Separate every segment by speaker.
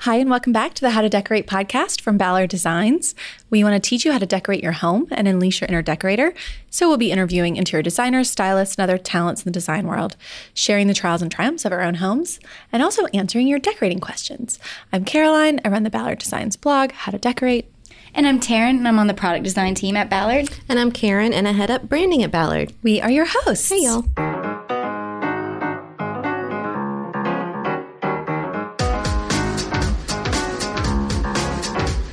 Speaker 1: Hi, and welcome back to the How to Decorate podcast from Ballard Designs. We want to teach you how to decorate your home and unleash your inner decorator. So, we'll be interviewing interior designers, stylists, and other talents in the design world, sharing the trials and triumphs of our own homes, and also answering your decorating questions. I'm Caroline. I run the Ballard Designs blog, How to Decorate.
Speaker 2: And I'm Taryn, and I'm on the product design team at Ballard.
Speaker 3: And I'm Karen, and I head up branding at Ballard.
Speaker 1: We are your hosts.
Speaker 3: Hey, y'all.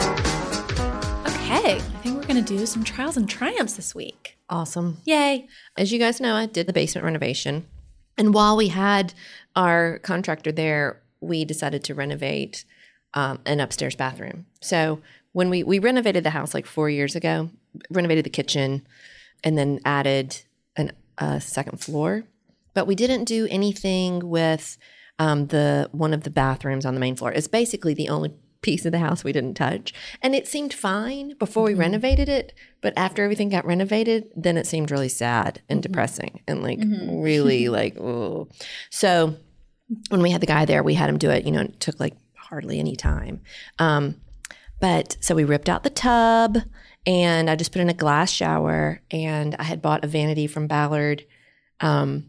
Speaker 1: Okay, I think we're going to do some trials and triumphs this week.
Speaker 3: Awesome.
Speaker 1: Yay.
Speaker 3: As you guys know, I did the basement renovation. And while we had our contractor there, we decided to renovate um, an upstairs bathroom. So when we, we renovated the house like four years ago, renovated the kitchen, and then added an, a second floor, but we didn't do anything with um, the one of the bathrooms on the main floor. It's basically the only piece of the house we didn't touch, and it seemed fine before we renovated it. But after everything got renovated, then it seemed really sad and depressing, and like really like ooh. So when we had the guy there, we had him do it. You know, it took like hardly any time. Um, but so we ripped out the tub and I just put in a glass shower and I had bought a vanity from Ballard um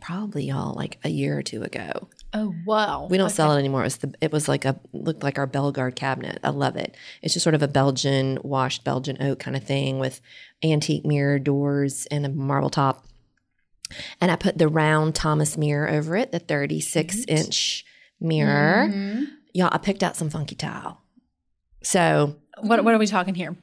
Speaker 3: probably y'all like a year or two ago.
Speaker 1: Oh, wow.
Speaker 3: We don't sell it anymore. It was the it was like a looked like our Bellegarde cabinet. I love it. It's just sort of a Belgian washed Belgian oak kind of thing with antique mirror doors and a marble top. And I put the round Thomas mirror over it, the 36 inch mirror.
Speaker 1: Mm-hmm.
Speaker 3: Y'all, I picked out some funky tile. So
Speaker 1: What, what are we talking here?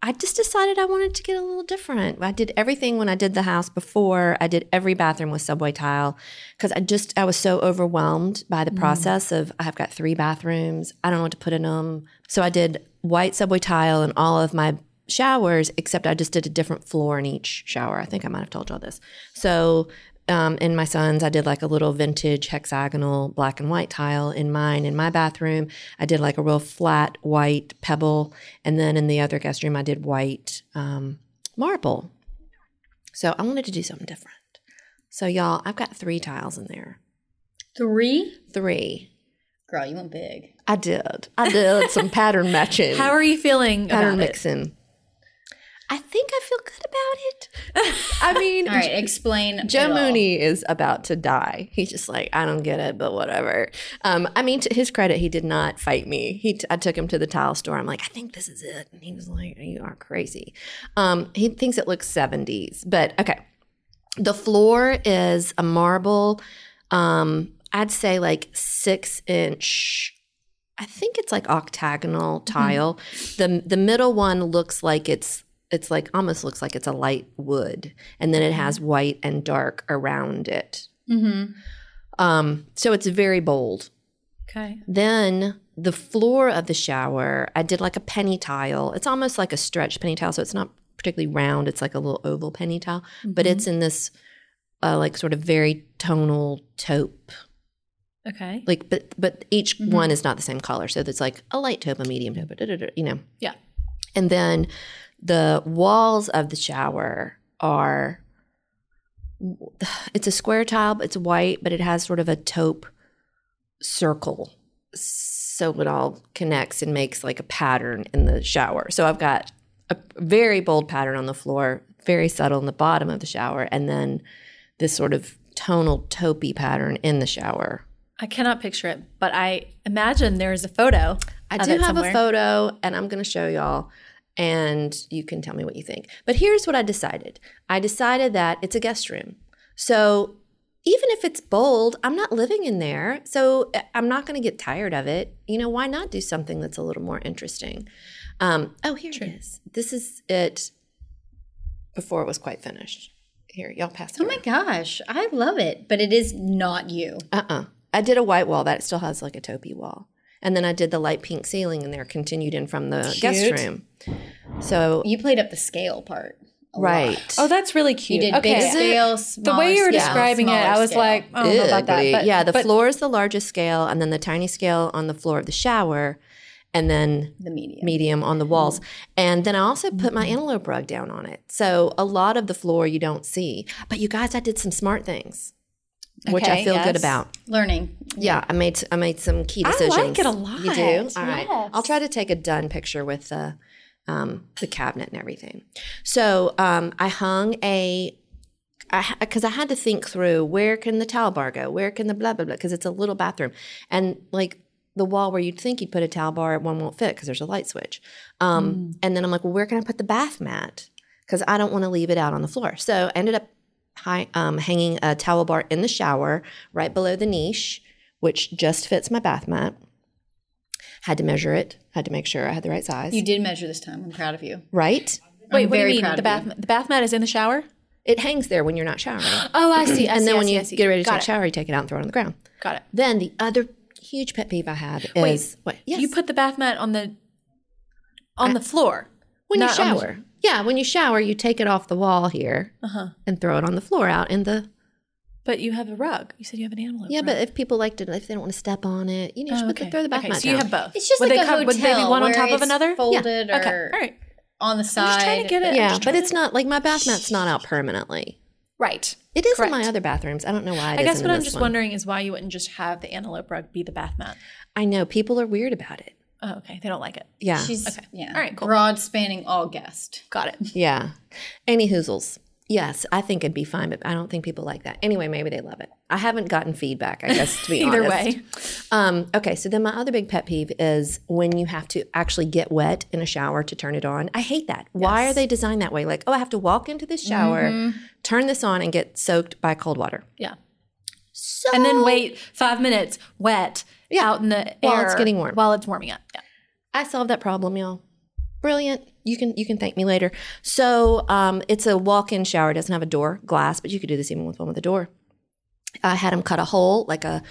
Speaker 3: I just decided I wanted to get a little different. I did everything when I did the house before. I did every bathroom with subway tile because I just I was so overwhelmed by the process of I've got three bathrooms. I don't know what to put in them. So I did white subway tile in all of my showers, except I just did a different floor in each shower. I think I might have told y'all this. So um, in my son's, I did like a little vintage hexagonal black and white tile. In mine, in my bathroom, I did like a real flat white pebble. And then in the other guest room, I did white um, marble. So I wanted to do something different. So, y'all, I've got three tiles in there.
Speaker 2: Three?
Speaker 3: Three.
Speaker 2: Girl, you went big.
Speaker 3: I did. I did some pattern matching,
Speaker 1: How are you feeling?
Speaker 3: pattern
Speaker 1: about it?
Speaker 3: mixing. I think I feel good about it. I mean,
Speaker 2: All right, explain.
Speaker 3: Joe
Speaker 2: it all.
Speaker 3: Mooney is about to die. He's just like, I don't get it, but whatever. Um, I mean, to his credit, he did not fight me. He, t- I took him to the tile store. I'm like, I think this is it, and he was like, You are crazy. Um, he thinks it looks 70s, but okay. The floor is a marble. Um, I'd say like six inch. I think it's like octagonal tile. the The middle one looks like it's it's like almost looks like it's a light wood, and then it has white and dark around it.
Speaker 2: Mhm.
Speaker 3: Um, so it's very bold.
Speaker 1: Okay.
Speaker 3: Then the floor of the shower, I did like a penny tile. It's almost like a stretched penny tile, so it's not particularly round. It's like a little oval penny tile, but
Speaker 1: Mm-hmm.
Speaker 3: it's in this uh, like sort of very tonal taupe.
Speaker 1: Okay. Mm-hmm.
Speaker 3: Like, but but each one is not the same color. So there's like a light taupe, a medium taupe, da, da, da, you know.
Speaker 1: Yeah.
Speaker 3: And then the walls of the shower are it's a square tile, but it's white, but it has sort of a taupe circle. So it all connects and makes like a pattern in the shower. So I've got a very bold pattern on the floor, very subtle in the bottom of the shower, and then this sort of tonal taupey pattern in the shower.
Speaker 1: I cannot picture it, but I imagine there is a photo.
Speaker 3: I
Speaker 1: of
Speaker 3: do
Speaker 1: it
Speaker 3: have
Speaker 1: somewhere.
Speaker 3: a photo and I'm going to show y'all and you can tell me what you think. But here's what I decided I decided that it's a guest room. So even if it's bold, I'm not living in there. So I- I'm not going to get tired of it. You know, why not do something that's a little more interesting? Um, oh, here it is. This is it before it was quite finished. Here, y'all pass it.
Speaker 2: Oh my gosh, I love it, but it is not you.
Speaker 3: Uh-uh. I did a white wall that still has like a taupey wall. And then I did the light pink ceiling in there, continued in from the guest
Speaker 2: Cute.
Speaker 3: room. So
Speaker 2: You played up the scale part. a lot.
Speaker 3: right.
Speaker 4: Oh, that's really
Speaker 2: You
Speaker 4: cute.
Speaker 2: did
Speaker 4: okay.
Speaker 2: big
Speaker 4: Is it-
Speaker 2: scale,
Speaker 4: the way you were describing it, I was like, I don't know about that.
Speaker 3: Ugly.
Speaker 4: But,
Speaker 3: yeah, the
Speaker 4: but
Speaker 3: floor is the largest scale, and then the tiny scale on the floor of the shower, and then
Speaker 2: the medium.
Speaker 3: medium on the walls. And then I also put
Speaker 4: Mm-hmm.
Speaker 3: my antelope rug down on it. So a lot of the floor you don't see. But you guys, I did some smart things. which I
Speaker 1: Okay,
Speaker 3: feel good
Speaker 1: yes.
Speaker 3: about.
Speaker 2: Learning.
Speaker 3: Yeah, I made I made some key
Speaker 1: I like
Speaker 3: decisions.
Speaker 1: it a lot.
Speaker 3: You do? All
Speaker 1: Yes.
Speaker 3: right. I'll try to take a done picture with the um, the cabinet and everything. So um, I hung a because I, had to think through where can the towel bar go, where can the blah blah blah, because it's a little bathroom and like the wall where you'd think you'd put a towel bar, one won't fit because there's a light switch. Um,
Speaker 1: Mm.
Speaker 3: And then I'm like, well, where can I put the bath mat? Because I don't want to leave it out on the floor. So I ended up hi- um, hanging a towel bar in the shower right below the niche, which just fits my bath mat. Had to measure it. Had to make sure I had the right size.
Speaker 2: You did measure this time. I'm proud of you.
Speaker 3: right?
Speaker 1: Wait, what do
Speaker 2: very
Speaker 1: you mean?
Speaker 2: proud
Speaker 1: The
Speaker 2: of
Speaker 1: bath the bath mat is in the shower?
Speaker 3: It hangs there when you're not showering.
Speaker 1: Oh, I see. I
Speaker 3: and
Speaker 1: see,
Speaker 3: then
Speaker 1: I
Speaker 3: when
Speaker 1: see,
Speaker 3: you
Speaker 1: I see.
Speaker 3: get ready to
Speaker 1: Got
Speaker 3: take a
Speaker 1: it.
Speaker 3: shower, you take it out and throw it on the ground.
Speaker 1: Got it.
Speaker 3: Then the other huge pet peeve I had
Speaker 1: Wait.
Speaker 3: is what? Yes.
Speaker 1: You put the bath mat on the on the floor.
Speaker 3: when you
Speaker 1: not on the-
Speaker 3: shower. yeah, when you shower, you take it off the wall here
Speaker 1: Uh-huh.
Speaker 3: and throw it on the floor out in the.
Speaker 1: But you have a rug. You said you have an animal.
Speaker 3: Yeah,
Speaker 1: rug.
Speaker 3: but if people like to, if they don't want to step on it, you know,
Speaker 1: Oh,
Speaker 3: just put the, throw the bath
Speaker 1: okay,
Speaker 3: mat
Speaker 1: So you
Speaker 3: down.
Speaker 1: have both.
Speaker 2: It's just
Speaker 1: Would
Speaker 2: like
Speaker 1: they
Speaker 2: a
Speaker 1: come- Would they be
Speaker 2: hotel
Speaker 1: one on
Speaker 2: where
Speaker 1: top of
Speaker 2: it's
Speaker 1: another?
Speaker 2: folded
Speaker 1: Okay.
Speaker 2: or
Speaker 1: All right.
Speaker 2: on the side.
Speaker 1: I'm just trying to get it.
Speaker 3: yeah, but it's not like my bath mat's not out permanently.
Speaker 1: right.
Speaker 3: It is in my
Speaker 1: Correct.
Speaker 3: other bathrooms. I don't know why. it
Speaker 1: I guess
Speaker 3: isn't
Speaker 1: what
Speaker 3: in
Speaker 1: I'm
Speaker 3: this
Speaker 1: just
Speaker 3: one.
Speaker 1: wondering is why you wouldn't just have the antelope rug be the bath mat.
Speaker 3: I know people are weird about it.
Speaker 1: Oh, okay. They don't like it.
Speaker 3: Yeah,
Speaker 2: She's yeah.
Speaker 1: All right, cool.
Speaker 2: Broad spanning all guest.
Speaker 1: Got it.
Speaker 3: Yeah. Any hoozles. Yes, I think it'd be fine, but I don't think people like that. Anyway, maybe they love it. I haven't gotten feedback, I guess, to be
Speaker 1: Either
Speaker 3: honest.
Speaker 1: way.
Speaker 3: Um, okay, so then my other big pet peeve is when you have to actually get wet in a shower to turn it on. I hate that. Why are they designed that way? Like, oh, I have to walk into the shower,
Speaker 1: Mm-hmm.
Speaker 3: turn this on, and get soaked by cold water.
Speaker 1: Yeah. and then wait five minutes wet
Speaker 3: Oh. Yeah.
Speaker 1: out in the
Speaker 3: While
Speaker 1: air
Speaker 3: it's getting warm.
Speaker 1: while it's warming up. Yeah.
Speaker 3: I solved that problem, y'all. Brilliant. You can you can thank me later. So um, it's a walk-in shower. It doesn't have a door, glass, but you could do this even with one with a door. I had him cut a hole, like a,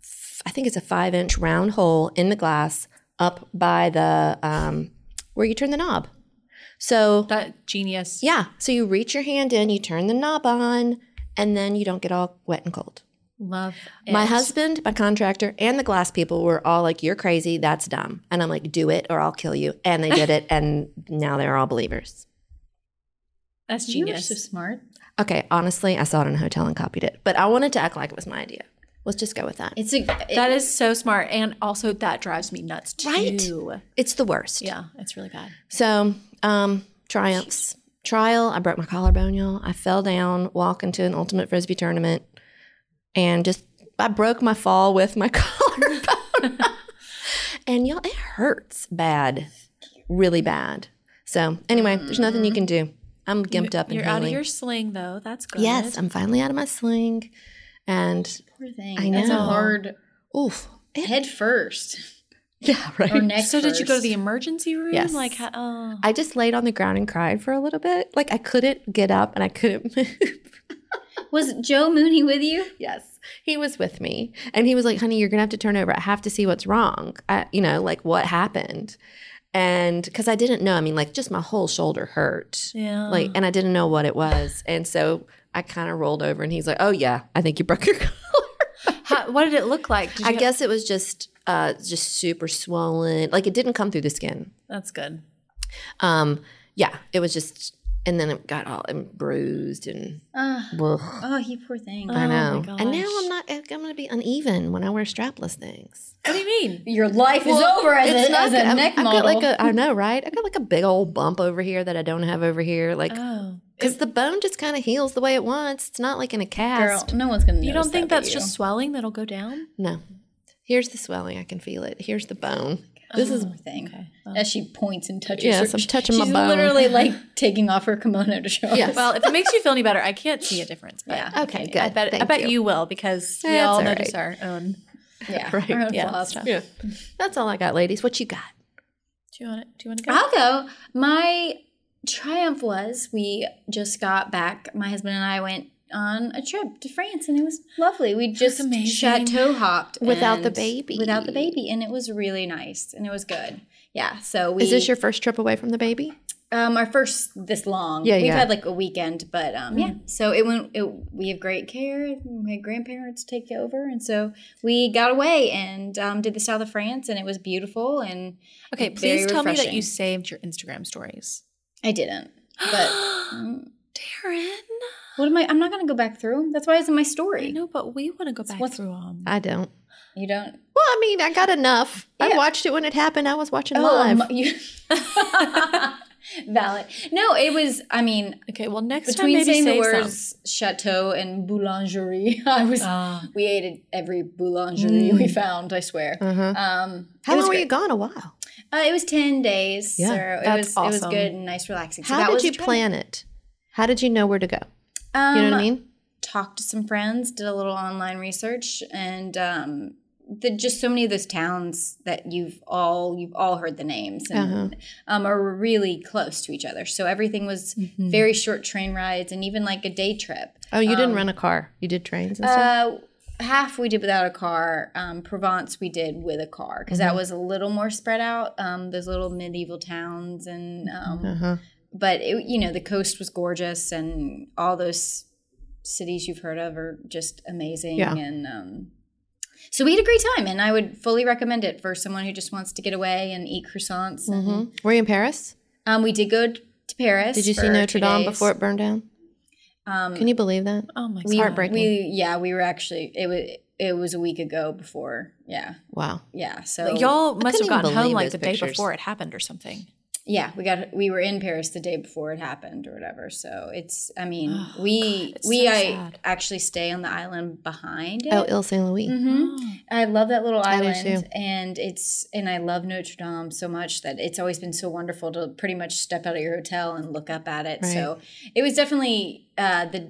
Speaker 3: f- I think it's a five-inch round hole in the glass up by the um, where you turn the knob. So
Speaker 1: That genius.
Speaker 3: yeah, so you reach your hand in, you turn the knob on, and then you don't get all wet and cold.
Speaker 1: Love.
Speaker 3: My
Speaker 1: it.
Speaker 3: husband, my contractor, and the glass people were all like, You're crazy. That's dumb. And I'm like, Do it or I'll kill you. And they did it. And now they're all believers.
Speaker 1: That's
Speaker 2: You're so
Speaker 1: genius.
Speaker 2: smart.
Speaker 3: Okay. Honestly, I saw it in a hotel and copied it, but I wanted to act like it was my idea. Let's just go with that.
Speaker 2: It's a
Speaker 1: That is so smart. And also that drives me nuts too.
Speaker 3: Right? It's the worst.
Speaker 1: Yeah, it's really bad.
Speaker 3: So, um, triumphs. Trial. I broke my collarbone, y'all. I fell down walking to an ultimate frisbee tournament and just, I broke my fall with my collarbone. and y'all, it hurts bad, really bad. So, anyway, there's nothing you can do. I'm gimped up and
Speaker 1: You're out of
Speaker 3: healing.
Speaker 1: your sling though. That's good.
Speaker 3: Yes, I'm finally out of my sling. And,
Speaker 2: poor thing.
Speaker 3: I
Speaker 2: That's a
Speaker 3: know.
Speaker 2: hard
Speaker 3: oof. It,
Speaker 2: head first
Speaker 3: yeah, right.
Speaker 2: or neck.
Speaker 1: So did you go to the
Speaker 2: first.
Speaker 1: emergency room?
Speaker 3: Yes.
Speaker 1: Like, how- oh,
Speaker 3: I just laid on the ground and cried for a little bit. Like, I couldn't get up and I couldn't move.
Speaker 2: Was Joe Mooney with you?
Speaker 3: Yes, he was with me, and he was like, "Honey, you're gonna have to turn over. I have to see what's wrong. I, you know, like what happened." And because I didn't know, I mean, like just my whole shoulder hurt,
Speaker 1: yeah.
Speaker 3: like, and I didn't know what it was, and so I kind of rolled over, and he's like, "Oh yeah, I think you broke your collar."
Speaker 1: How- what did it look like? Did
Speaker 3: I
Speaker 1: you-
Speaker 3: guess it was just, uh, just super swollen. Like it didn't come through the skin.
Speaker 1: that's good.
Speaker 3: Um, yeah, it was just, and then it got all and bruised and.
Speaker 2: Uh,
Speaker 3: Ugh.
Speaker 2: oh, you poor thing.
Speaker 1: Uh,
Speaker 3: I
Speaker 1: Oh my
Speaker 3: know, and now
Speaker 1: gosh.
Speaker 3: I'm not. I'm going to be uneven when I wear strapless things.
Speaker 1: What do you mean?
Speaker 2: Your life
Speaker 3: Well,
Speaker 2: is over as
Speaker 3: it's
Speaker 2: a,
Speaker 3: not
Speaker 2: as
Speaker 3: good.
Speaker 2: a
Speaker 3: I've-
Speaker 2: neck
Speaker 3: I've
Speaker 2: model.
Speaker 3: Got like a, I know, right? I got like a big old bump over here that I don't have over here, like
Speaker 1: Oh,
Speaker 3: because the bone just kind of heals the way it wants. It's not like in a
Speaker 2: Girl,
Speaker 3: cast.
Speaker 2: no one's gonna.
Speaker 1: you
Speaker 2: notice
Speaker 1: don't think
Speaker 2: that but
Speaker 1: that's
Speaker 2: you.
Speaker 1: just swelling that'll go down?
Speaker 3: No, here's the swelling. I can feel it. Here's the bone.
Speaker 2: this is my Oh, thing. As she points and touches.
Speaker 3: Yes,
Speaker 2: her,
Speaker 3: I'm touching my
Speaker 2: she's
Speaker 3: bone.
Speaker 2: literally like taking off her kimono to show.
Speaker 3: Yes.
Speaker 2: us.
Speaker 1: Well, if it makes you feel any better, I can't see a difference. But
Speaker 2: Yeah.
Speaker 3: Okay, good.
Speaker 1: I bet I
Speaker 3: Thank
Speaker 1: bet you. will because we
Speaker 3: That's
Speaker 1: all
Speaker 3: all
Speaker 1: notice
Speaker 3: right.
Speaker 1: our own.
Speaker 2: yeah,
Speaker 3: Right,
Speaker 2: Her own
Speaker 1: yeah,
Speaker 2: flaws.
Speaker 1: stuff.
Speaker 3: Yeah, that's all I got, ladies. What you got?
Speaker 1: Do you want to? Do you want to go?
Speaker 2: I'll go. My triumph was we just got back. My husband and I went on a trip to France, and it was lovely. We just
Speaker 1: amazing.
Speaker 2: chateau hopped
Speaker 3: Without the
Speaker 2: and-
Speaker 3: baby.
Speaker 2: Without the baby, and it was really nice, and it was good. Yeah. So we.
Speaker 3: Is this your first trip away from the baby?
Speaker 2: um our first this long?
Speaker 3: Yeah,
Speaker 2: We've
Speaker 3: yeah. Mm-hmm.
Speaker 2: had like a weekend, but um yeah. So it went. It, we have great care. My grandparents take over, and so we got away and um, did the south of France, and it was beautiful. And
Speaker 1: Okay,
Speaker 2: Very
Speaker 1: please tell me that
Speaker 2: refreshing.
Speaker 1: you saved your Instagram stories.
Speaker 2: I didn't, but.
Speaker 1: Darren,
Speaker 2: What am I? I'm not going to go back through them. That's why it's in my story.
Speaker 1: I know, but we want to go back
Speaker 2: what's-
Speaker 1: through them.
Speaker 3: I don't.
Speaker 2: You don't.
Speaker 3: Well, I mean, I got enough. I
Speaker 2: Yeah.
Speaker 3: watched it when it happened. I was watching
Speaker 2: um,
Speaker 3: live.
Speaker 2: you- Valid. No, it was. I mean,
Speaker 1: Okay, well next
Speaker 2: between
Speaker 1: time maybe
Speaker 2: saying the
Speaker 1: save
Speaker 2: words chateau and boulangerie, I was.
Speaker 1: some. Ah.
Speaker 2: we ate every boulangerie we found. I swear.
Speaker 3: Mm. uh-huh.
Speaker 2: Um,
Speaker 3: How
Speaker 2: it was
Speaker 3: long were
Speaker 2: great.
Speaker 3: you gone? A while.
Speaker 2: Uh, it was ten days.
Speaker 3: Yeah,
Speaker 2: so
Speaker 1: that's
Speaker 2: it was it was
Speaker 1: awesome.
Speaker 2: good and nice, relaxing. So
Speaker 3: How
Speaker 2: that
Speaker 3: did
Speaker 2: was a
Speaker 3: you
Speaker 2: trip.
Speaker 3: plan it? How did you know where to go?
Speaker 2: Um,
Speaker 3: You know what I mean?
Speaker 2: Talked to some friends, did a little online research, and um, the, just so many of those towns that you've all you've all heard the names and um, are really close to each other. So everything was very short train rides and even like a day trip.
Speaker 3: Oh, you didn't rent a car. You did trains and stuff.
Speaker 2: Um, Uh, half we did without a car. Um, Provence we did with a car because that was a little more spread out. Um, those little medieval towns and um,
Speaker 3: Uh-huh.
Speaker 2: but it, you know the coast was gorgeous and all those cities you've heard of are just amazing
Speaker 3: Yeah.
Speaker 2: and um, so we had a great time and i would fully recommend it for someone who just wants to get away and eat croissants and-
Speaker 3: Were you in Paris?
Speaker 2: um, we did go t- to paris
Speaker 3: Mm-hmm. Did you see
Speaker 2: for
Speaker 3: Notre
Speaker 2: two
Speaker 3: Dame
Speaker 2: days.
Speaker 3: before it burned down?
Speaker 2: um,
Speaker 3: Can you believe that?
Speaker 1: Oh my
Speaker 3: We-
Speaker 1: god.
Speaker 3: heartbreaking?
Speaker 2: we yeah we were actually it was it was a week ago before yeah
Speaker 3: Wow.
Speaker 2: yeah so
Speaker 1: Y'all must
Speaker 3: couldn't
Speaker 1: have
Speaker 3: even
Speaker 1: gotten home
Speaker 3: believe
Speaker 1: like
Speaker 3: those
Speaker 1: the day
Speaker 3: pictures.
Speaker 1: before it happened or something.
Speaker 2: yeah we got we were in paris the day before it happened or whatever so it's i mean
Speaker 1: Oh,
Speaker 2: we
Speaker 1: God, it's
Speaker 2: we
Speaker 1: so
Speaker 2: i
Speaker 1: sad.
Speaker 2: actually stay on the island behind it
Speaker 3: Oh, Ile Saint Louis.
Speaker 2: hmm
Speaker 1: Mm-hmm.
Speaker 2: I love that little
Speaker 3: I do
Speaker 2: island,
Speaker 3: too.
Speaker 2: and it's and I love Notre Dame so much that it's always been so wonderful to pretty much step out of your hotel and look up at it. So it was definitely uh, the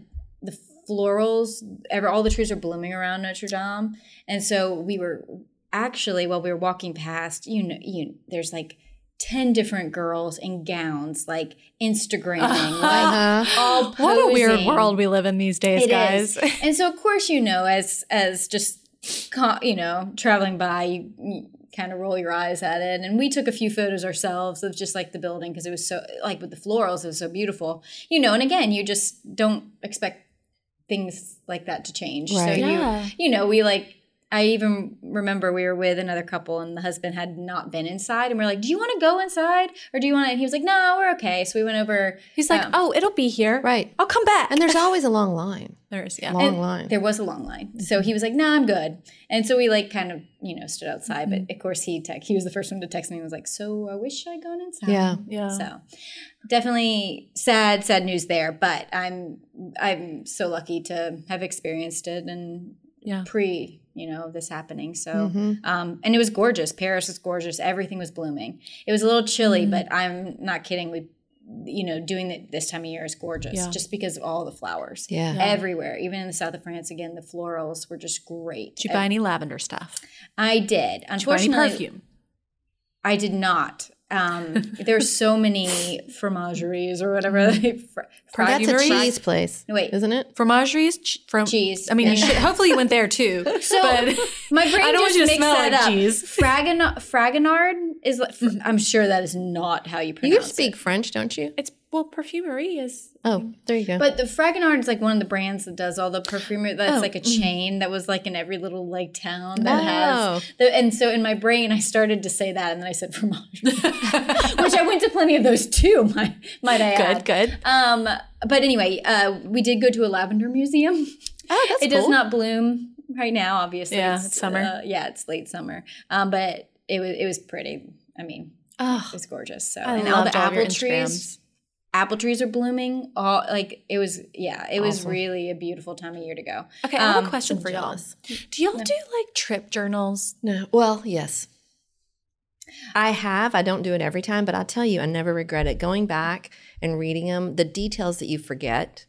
Speaker 2: the florals. Ever all the trees are blooming around Notre Dame, and so we were actually while we were walking past, you know, you there's like. 10 different girls in gowns like instagramming like
Speaker 3: Uh-huh.
Speaker 2: all
Speaker 1: What a weird
Speaker 2: posing.
Speaker 1: world we live in these days,
Speaker 2: Oh, It
Speaker 1: guys.
Speaker 2: is, and so, of course, you know, as as just co- you know, traveling by, you, you kind of roll your eyes at it. And we took a few photos ourselves of just like the building because it was so like with the florals, it was so beautiful. You know, and again, you just don't expect things like that to change. So
Speaker 3: Right.
Speaker 1: Yeah.
Speaker 2: you you know, we like. I even remember we were with another couple and the husband had not been inside and we're like, "Do you want to go inside or do you want to?" And he was like, "No, we're okay." So we went over.
Speaker 1: He's like,
Speaker 2: um,
Speaker 1: oh, it'll be here.
Speaker 3: Right.
Speaker 1: I'll come back.
Speaker 3: And there's always a long line.
Speaker 1: there's yeah.
Speaker 3: Long
Speaker 2: And
Speaker 3: line.
Speaker 2: There was a long line. So he was like, nah, I'm good. And so we like kind of, you know, stood outside. But of course he tech he was the first one to text me and was like, So I wish I'd gone inside.
Speaker 3: yeah.
Speaker 1: yeah.
Speaker 2: So definitely sad, sad news there. But I'm I'm so lucky to have experienced it and
Speaker 1: Yeah.
Speaker 2: pre, you know, this happening. So
Speaker 3: Mhm.
Speaker 2: um and it was gorgeous. Paris was gorgeous. Everything was blooming. It was a little chilly, but I'm not kidding. We you know, doing it this time of year is gorgeous
Speaker 1: Yeah.
Speaker 2: just because of all the flowers
Speaker 3: Yeah.
Speaker 1: Yeah.
Speaker 2: everywhere even in the south of france again the florals were just great
Speaker 1: Did you buy any lavender stuff?
Speaker 2: i did
Speaker 1: Did you buy any
Speaker 2: unfortunately
Speaker 1: perfume?
Speaker 2: i did not um there's so many fromageries or whatever
Speaker 1: Mm-hmm.
Speaker 2: they fr- fr-
Speaker 3: That's a
Speaker 1: Perfumery?
Speaker 3: cheese place.
Speaker 2: Wait.
Speaker 3: Isn't it?
Speaker 1: Fromageries? Ch- from
Speaker 2: Cheese.
Speaker 1: I mean, you
Speaker 2: Yeah.
Speaker 1: should, hopefully you went there too.
Speaker 2: So,
Speaker 1: but
Speaker 2: my brain
Speaker 1: I don't want
Speaker 2: just
Speaker 1: you to
Speaker 2: mixed
Speaker 1: smell
Speaker 2: that
Speaker 1: like Mm-hmm.
Speaker 2: up
Speaker 1: cheese.
Speaker 2: Fragon- fragonard is like- fr- i'm sure that is not how you
Speaker 3: You
Speaker 2: pronounce
Speaker 3: speak
Speaker 2: it
Speaker 3: French, don't you?
Speaker 1: it's well, perfumery is
Speaker 3: Oh, there you go.
Speaker 2: but the Fragonard is like one of the brands that does all the perfumery. That's
Speaker 1: Oh,
Speaker 2: like a
Speaker 1: mm.
Speaker 2: chain that was like in every little like town that
Speaker 3: Oh.
Speaker 2: has. The, and so in my brain, I started to say that, and then I said fromage. which I went to plenty of those too. Might might I
Speaker 1: good.
Speaker 2: add?
Speaker 1: Good.
Speaker 2: Um, but anyway, uh, we did go to a lavender museum.
Speaker 3: oh, that's
Speaker 2: it does not bloom right now, obviously.
Speaker 1: Yeah, it's summer.
Speaker 2: uh, yeah, it's late summer. Um, but it was it was pretty. I mean,
Speaker 1: Oh,
Speaker 2: it was gorgeous. So
Speaker 1: I
Speaker 2: and all
Speaker 1: loved
Speaker 2: the
Speaker 1: all
Speaker 2: apple
Speaker 1: your
Speaker 2: trees.
Speaker 1: Instagrams.
Speaker 2: Apple trees are blooming. All like it was, yeah, it was
Speaker 3: Awesome.
Speaker 2: really a beautiful time of year to go.
Speaker 1: Okay, I have
Speaker 2: Um,
Speaker 1: a question for y'all.
Speaker 3: jealous.
Speaker 1: Do y'all do like trip journals?
Speaker 3: No. Well, yes. I have. I don't do it every time, but I tell you, I never regret it. Going back and reading them, the details that you forget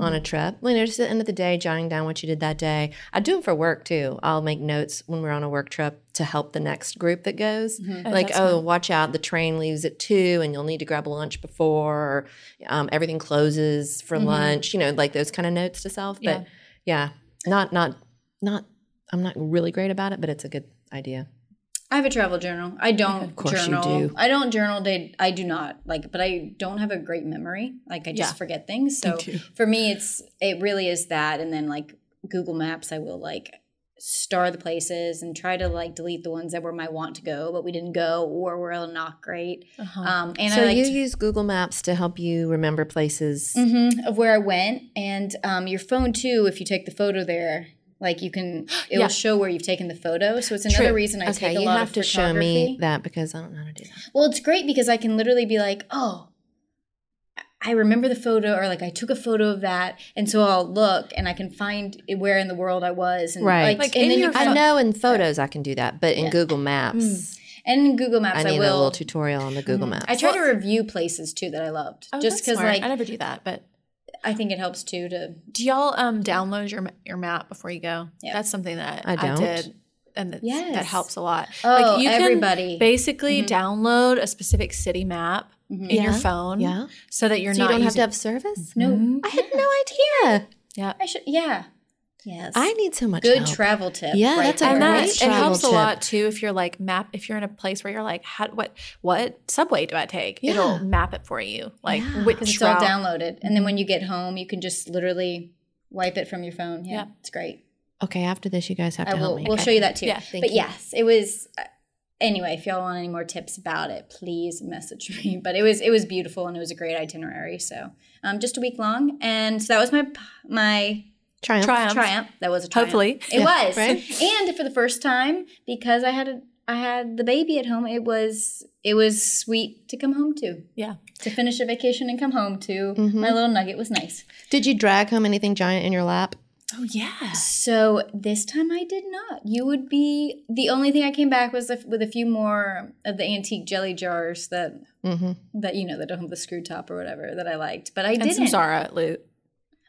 Speaker 3: on a trip. Well, you know, just at the end of the day, jotting down what you did that day. I do them for work too. I'll make notes when we're on a work trip to help the next group that goes. like,
Speaker 1: that's
Speaker 3: oh, watch out, the train leaves at two, and you'll need to grab lunch before. Um, everything closes for lunch. You know, like those kind of notes to self. But Mm-hmm. yeah, not not not. I'm not really great about it, but it's a good idea.
Speaker 2: I have a travel journal. I don't
Speaker 3: course you
Speaker 2: journal.
Speaker 3: do.
Speaker 2: I don't journal. Day, I do not like, but I don't have a great memory. Like I just
Speaker 1: Yeah.
Speaker 2: forget things. So for me, it's it really is that. And then like Google Maps, I will like star the places and try to like delete the ones that were my want to go, but we didn't go or were not great.
Speaker 1: Uh-huh.
Speaker 2: Um, and
Speaker 3: so
Speaker 2: I like
Speaker 3: you use Google Maps to help you remember places.
Speaker 2: Mhm, of where I went, and um, your phone too. If you take the photo there, like you can, it
Speaker 3: Yeah.
Speaker 2: will show where you've taken the photo. So it's another
Speaker 3: True.
Speaker 2: reason I
Speaker 3: okay,
Speaker 2: take a
Speaker 3: you
Speaker 2: lot
Speaker 3: have
Speaker 2: of
Speaker 3: to show me
Speaker 2: photography.
Speaker 3: that because I don't know how to do that.
Speaker 2: Well, it's great because I can literally be like, oh, I remember the photo, or like I took a photo of that, and so I'll look and I can find where in the world I was, and
Speaker 3: Right.
Speaker 2: like,
Speaker 1: Like, in
Speaker 2: and then
Speaker 1: your
Speaker 2: you
Speaker 1: phone.
Speaker 3: I
Speaker 2: kind of,
Speaker 3: know in photos I can do that, but in
Speaker 2: Yeah.
Speaker 3: Google Maps,
Speaker 2: and in Google Maps
Speaker 3: I
Speaker 2: I,
Speaker 3: need a
Speaker 2: will.
Speaker 3: little tutorial on the Google
Speaker 2: Mhm.
Speaker 3: Maps.
Speaker 2: I try to review places too that I loved,
Speaker 1: Oh,
Speaker 2: just
Speaker 1: that's
Speaker 2: because
Speaker 1: smart.
Speaker 2: like
Speaker 1: I never do that, but
Speaker 2: I think it helps too to
Speaker 1: do y'all um download your ma- your map before you go?
Speaker 2: Yeah.
Speaker 1: That's something that
Speaker 3: I
Speaker 1: I,
Speaker 3: don't.
Speaker 1: did, and it's- that
Speaker 2: Yes.
Speaker 1: helps a lot.
Speaker 2: oh
Speaker 1: Like, you can
Speaker 2: everybody.
Speaker 1: Basically,
Speaker 2: Mhm.
Speaker 1: download a specific city map
Speaker 2: Mhm.
Speaker 1: in your
Speaker 3: Yeah.
Speaker 1: phone,
Speaker 3: yeah.
Speaker 1: so that you're
Speaker 3: So you
Speaker 1: not
Speaker 3: don't have to
Speaker 1: using-
Speaker 3: have service?
Speaker 2: no,
Speaker 1: Mhm.
Speaker 3: I had no idea.
Speaker 2: I should yeah yes
Speaker 3: I need so much
Speaker 2: good
Speaker 3: help.
Speaker 2: travel tip
Speaker 3: Yeah,
Speaker 2: right
Speaker 3: that's a
Speaker 2: there.
Speaker 1: and that
Speaker 3: great
Speaker 1: it
Speaker 3: travel
Speaker 1: helps
Speaker 3: tip.
Speaker 1: a lot too if you're like map if you're in a place where you're like how, what what subway do I take
Speaker 3: Yeah.
Speaker 1: it'll map it for you like
Speaker 3: Yeah.
Speaker 1: which
Speaker 2: because it's all
Speaker 1: route
Speaker 2: downloaded and then when you get home you can just literally wipe it from your phone yeah,
Speaker 1: Yeah.
Speaker 2: it's great
Speaker 3: Okay, after this, you guys have to
Speaker 2: I will
Speaker 3: help me.
Speaker 2: we'll show you that too
Speaker 1: Yeah,
Speaker 3: thank
Speaker 2: but
Speaker 3: you.
Speaker 2: yes it was uh, anyway if y'all want any more tips about it please message me but it was it was beautiful and it was a great itinerary so um just a week long and so that was my p- my
Speaker 3: Triumph.
Speaker 1: triumph.
Speaker 2: triumph that was a triumph
Speaker 1: Hopefully.
Speaker 2: it
Speaker 3: Yeah,
Speaker 2: was
Speaker 3: right?
Speaker 2: and for the first time because I had a I had the baby at home it was it was sweet to come home to
Speaker 1: yeah
Speaker 2: to finish a vacation and come home to
Speaker 3: Mhm.
Speaker 1: Mm-hmm.
Speaker 2: my little nugget was nice
Speaker 3: Did you drag home anything giant in your lap?
Speaker 1: oh yeah
Speaker 2: so this time i did not you would be the only thing i came back was with with a few more of the antique jelly jars that
Speaker 3: Mm-hmm.
Speaker 2: that you know that don't have the screw top or whatever that i liked but i
Speaker 1: and
Speaker 2: didn't
Speaker 1: some Zara loot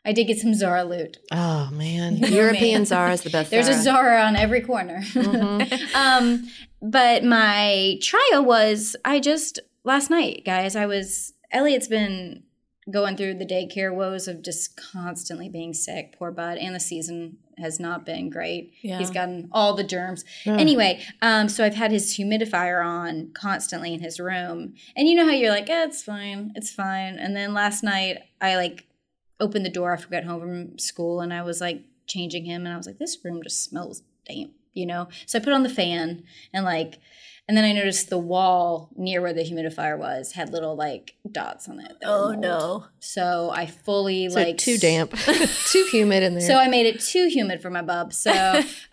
Speaker 2: i did get some zara loot
Speaker 3: Oh man,
Speaker 2: Oh,
Speaker 3: European
Speaker 2: man.
Speaker 3: Zara is the best.
Speaker 2: there's a zara on every corner um, but my trial was I just last night, guys. I was Elliot's been going through the daycare woes of just constantly being sick. Poor bud, and the season has not been great.
Speaker 1: Yeah.
Speaker 2: He's gotten all the germs.
Speaker 3: Ugh.
Speaker 2: Anyway, um, so I've had his humidifier on constantly in his room, and you know how you're like, eh, it's fine, it's fine. And then last night, I like opened the door after I got home from school and I was like changing him and I was like, this room just smells damp, you know? So I put on the fan and like, and then I noticed the wall near where the humidifier was had little like dots on it. that
Speaker 1: Oh,
Speaker 2: were mold. So I fully
Speaker 3: Oh, So
Speaker 2: like
Speaker 3: too damp, too humid in there.
Speaker 2: So I made it too humid for my bub. So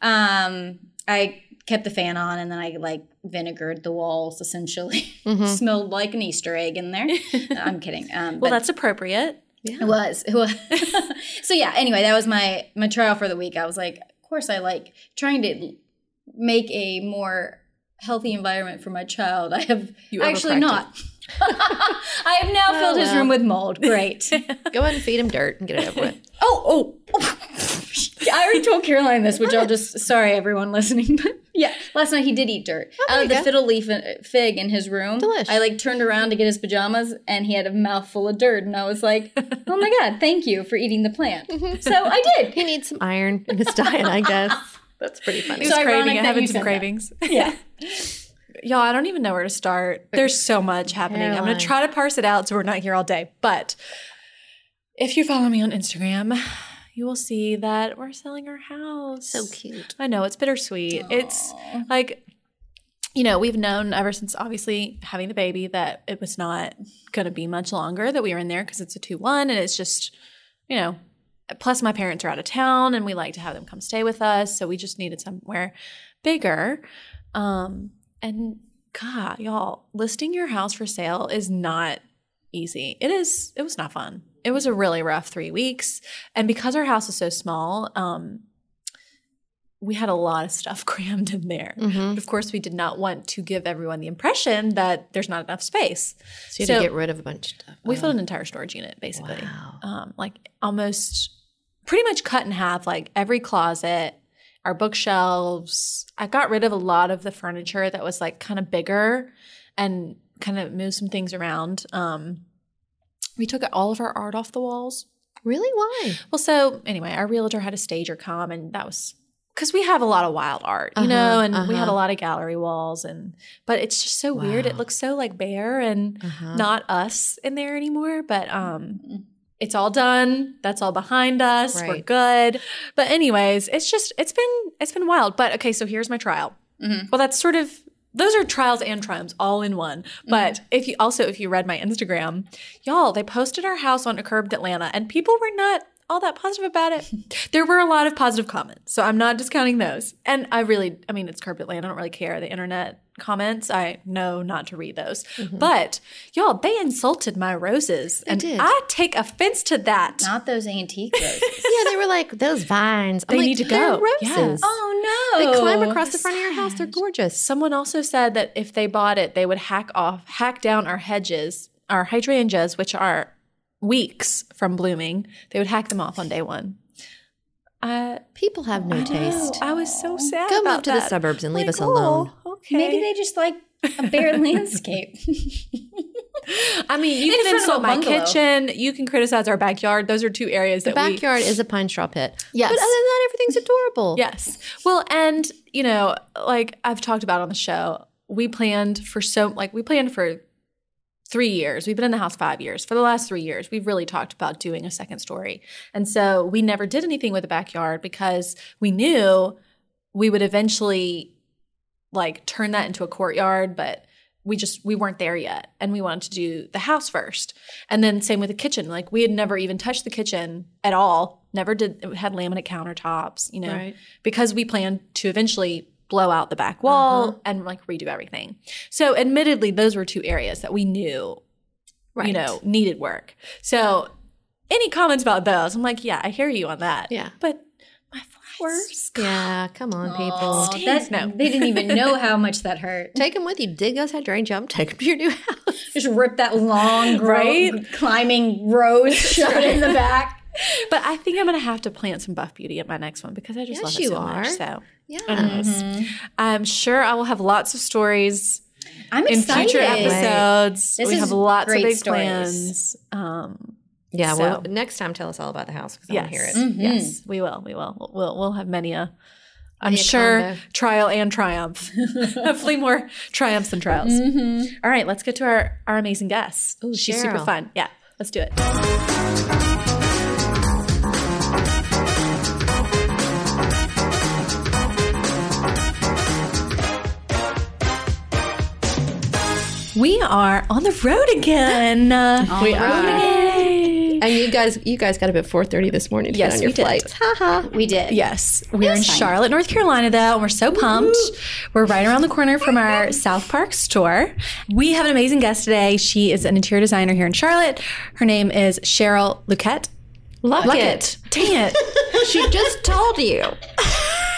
Speaker 2: um I kept the fan on and then I like vinegared the walls essentially.
Speaker 3: Mhm.
Speaker 2: Smelled like an Easter egg in there. I'm kidding. Um,
Speaker 1: Mm-hmm. well
Speaker 2: but-
Speaker 1: that's appropriate
Speaker 2: it
Speaker 3: yeah.
Speaker 2: was. It was. so yeah. Anyway, that was my my trial for the week. I was like, of course, I like trying to make a more healthy environment for my child. I have
Speaker 1: You
Speaker 2: actually not. I have now
Speaker 3: Oh,
Speaker 2: filled his
Speaker 3: well.
Speaker 2: room with mold. Great.
Speaker 3: Go ahead and feed him dirt and get it over with.
Speaker 2: Oh, oh. I already told Caroline this, which I'll just sorry everyone listening, but yeah, last night he did eat dirt
Speaker 3: there
Speaker 2: out
Speaker 3: you
Speaker 2: of the
Speaker 3: go.
Speaker 2: fiddle leaf and- fig in his room.
Speaker 3: Delish.
Speaker 2: I like turned around to get his pajamas, and he had a mouthful of dirt, and I was like, "Oh my god, thank you for eating the plant." so I did.
Speaker 3: He needs some iron in his diet, I guess. That's pretty funny.
Speaker 1: He
Speaker 2: So
Speaker 1: was
Speaker 2: ironic
Speaker 1: craving it,
Speaker 2: that
Speaker 1: having
Speaker 2: you
Speaker 1: some
Speaker 2: said that.
Speaker 1: cravings
Speaker 2: Yeah,
Speaker 1: y'all I don't even know where to start there's so much happening I'm
Speaker 3: Caroline.
Speaker 1: gonna try to parse it out so we're not here all day but if you follow me on Instagram you will see that we're selling our house
Speaker 3: so cute.
Speaker 1: I know it's bittersweet. It's like, you know, we've known ever since obviously having the baby that it was not going to be much longer that we were in there because it's a 2 1 and it's just, you know, plus my parents are out of town and we like to have them come stay with us. So we just needed somewhere bigger. Um, and God, y'all, listing your house for sale is not easy. It is, it was not fun. It was a really rough three weeks. And because our house is so small, um, we had a lot of stuff crammed in there.
Speaker 3: Mm-hmm.
Speaker 1: But of course, we did not want to give everyone the impression that there's not enough space.
Speaker 3: So you had
Speaker 1: So-
Speaker 3: to get rid of a bunch of stuff.
Speaker 1: We
Speaker 3: Oh,
Speaker 1: filled an entire storage unit, basically.
Speaker 3: Wow.
Speaker 1: Um, like almost pretty much cut in half, like every closet, our bookshelves. I got rid of a lot of the furniture that was like kind of bigger and kind of moved some things around. Um, we took all of our art off the walls.
Speaker 3: Really? Why?
Speaker 1: Well, so anyway, our realtor had a stager come, and that was because we have a lot of wild art, you
Speaker 3: Uh-huh,
Speaker 1: know, and we had
Speaker 3: uh-huh.
Speaker 1: a lot of gallery walls, and but it's just so weird. It
Speaker 3: Wow.
Speaker 1: looks so like bare and
Speaker 3: Uh-huh. Mm-hmm.
Speaker 1: not us in there anymore. But um, it's all done. That's all behind us. We're
Speaker 3: Right.
Speaker 1: good. But anyways, it's just it's been it's been wild. But okay, so here's my trial. Well, that's sort of those are trials and triumphs all in one. But if you also if you read my Instagram, y'all, they posted our house on a curbed Atlanta and people were not all that positive about it. there were a lot of positive comments, so I'm not discounting those. And I really I mean it's curbed Atlanta, I don't really care the internet comments. I know not to read those. But y'all, they insulted my roses and
Speaker 3: did.
Speaker 1: I take offense to that.
Speaker 2: Not those antique roses.
Speaker 3: yeah, they were like those vines. I'm
Speaker 1: They
Speaker 3: like,
Speaker 1: need to
Speaker 3: they're
Speaker 1: go.
Speaker 3: Roses.
Speaker 2: oh no!
Speaker 3: They climb across the front of your house. They're gorgeous.
Speaker 1: Someone also said that if they bought it, they would hack off, hack down our hedges, our hydrangeas, which are weeks from blooming. They would hack them off on day one. Uh,
Speaker 3: People have no taste.
Speaker 1: I was so sad.
Speaker 3: Go
Speaker 1: about
Speaker 3: move to the
Speaker 1: that.
Speaker 3: suburbs and leave
Speaker 1: Like,
Speaker 3: us alone.
Speaker 1: oh, okay.
Speaker 2: Maybe they just like a bare landscape.
Speaker 1: I mean, you
Speaker 2: In
Speaker 1: can
Speaker 2: front of
Speaker 1: insult
Speaker 2: a
Speaker 1: my
Speaker 2: bungalow.
Speaker 1: kitchen. You can criticize our backyard. Those are two areas that we
Speaker 3: Backyard is a pine straw pit.
Speaker 1: Yes.
Speaker 3: But other than that, everything's adorable.
Speaker 1: Yes. Well, and you know, like I've talked about on the show, we planned for so like we planned for three years. We've been in the house five years. For the last three years, we've really talked about doing a second story. And so we never did anything with the backyard because we knew we would eventually like turn that into a courtyard, but we just we weren't there yet and we wanted to do the house first and then same with the kitchen like we had never even touched the kitchen at all never did it had laminate countertops you know
Speaker 3: Right.
Speaker 1: because we plan to eventually blow out the back wall
Speaker 3: Uh-huh.
Speaker 1: and like redo everything so admittedly those were two areas that we knew you
Speaker 3: Right.
Speaker 1: know needed work so any comments about those i'm like yeah i hear you on that
Speaker 3: Yeah.
Speaker 1: but my flowers
Speaker 3: Yeah. Come on, people.
Speaker 2: Aw,
Speaker 1: Stains,
Speaker 2: that-
Speaker 1: no.
Speaker 2: they didn't even know how much that hurt.
Speaker 3: Take them with you. Dig those hydrangea up. Take them to your new house.
Speaker 2: Just rip that long, grow,
Speaker 1: Right?
Speaker 2: climbing rose shut in the back.
Speaker 1: but i think i'm gonna have to plant some buff beauty at my next one because i just
Speaker 3: Yes,
Speaker 1: love it
Speaker 3: you
Speaker 1: so much
Speaker 3: are.
Speaker 1: so
Speaker 3: Yeah.
Speaker 1: i'm sure i will have lots of stories
Speaker 2: I'm
Speaker 1: in
Speaker 2: excited.
Speaker 1: future episodes
Speaker 2: This
Speaker 1: we
Speaker 2: is
Speaker 1: have lots of
Speaker 2: great
Speaker 1: big
Speaker 2: stories.
Speaker 1: plans um
Speaker 3: Yeah. Well,
Speaker 1: So-
Speaker 3: next time, tell us all about the house because I want to hear it.
Speaker 1: Yes. Yes, we will. We will. We'll- We'll we'll have many a I'm
Speaker 3: Many a
Speaker 1: sure
Speaker 3: combo.
Speaker 1: trial and triumph. Hopefully more triumphs than trials. All right, let's get to our our amazing guest.
Speaker 3: Mm-hmm. Ooh,
Speaker 1: She's super
Speaker 3: Cheryl.
Speaker 1: fun. Yeah, let's do it. We are on the road again. we are.
Speaker 3: And you guys, you guys got up at four thirty this morning to
Speaker 1: Yes,
Speaker 3: get on your
Speaker 1: we did.
Speaker 3: flight. Ha ha.
Speaker 2: We did.
Speaker 1: Yes, we're in Charlotte, North Carolina, though, and we're so pumped. We're right around the corner from our South Park store. We have an amazing guest today. She is an interior designer here in Charlotte. Her name is Cheryl Luquette. Luckett. Dang it.
Speaker 3: She just told you.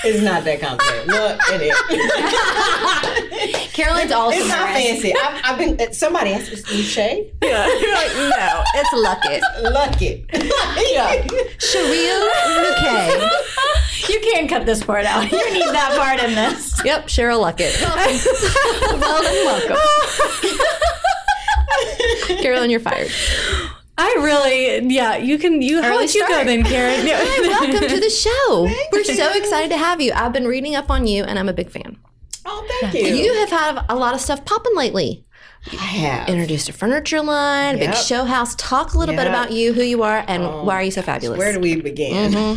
Speaker 5: It's not that complicated. Look at it.
Speaker 3: Caroline's also.
Speaker 5: It's not fancy. I've, I've been uh, somebody asked is it Shay.
Speaker 3: Yeah. You're like, no, it's Luckett.
Speaker 5: Lucky. yeah.
Speaker 3: Sharia Luque.
Speaker 2: You can't cut this part out. You need that part in this.
Speaker 3: Yep, Cheryl Luckett. well and welcome. Carolyn, you're fired.
Speaker 1: I really, yeah, you can, you, how
Speaker 3: Early
Speaker 1: would you go
Speaker 3: start.
Speaker 1: then, Karen? Yeah.
Speaker 3: Welcome to the show. We're so excited to have you. I've been reading up on you, and I'm a big fan.
Speaker 5: Oh, thank you.
Speaker 3: You have had a lot of stuff popping lately.
Speaker 5: I have.
Speaker 3: Introduced a furniture line, a big
Speaker 5: Yep.
Speaker 3: show house. Talk a little bit
Speaker 5: Yep. Oh,
Speaker 3: about you, who you are, and why are you so fabulous.
Speaker 5: Where do we begin? um,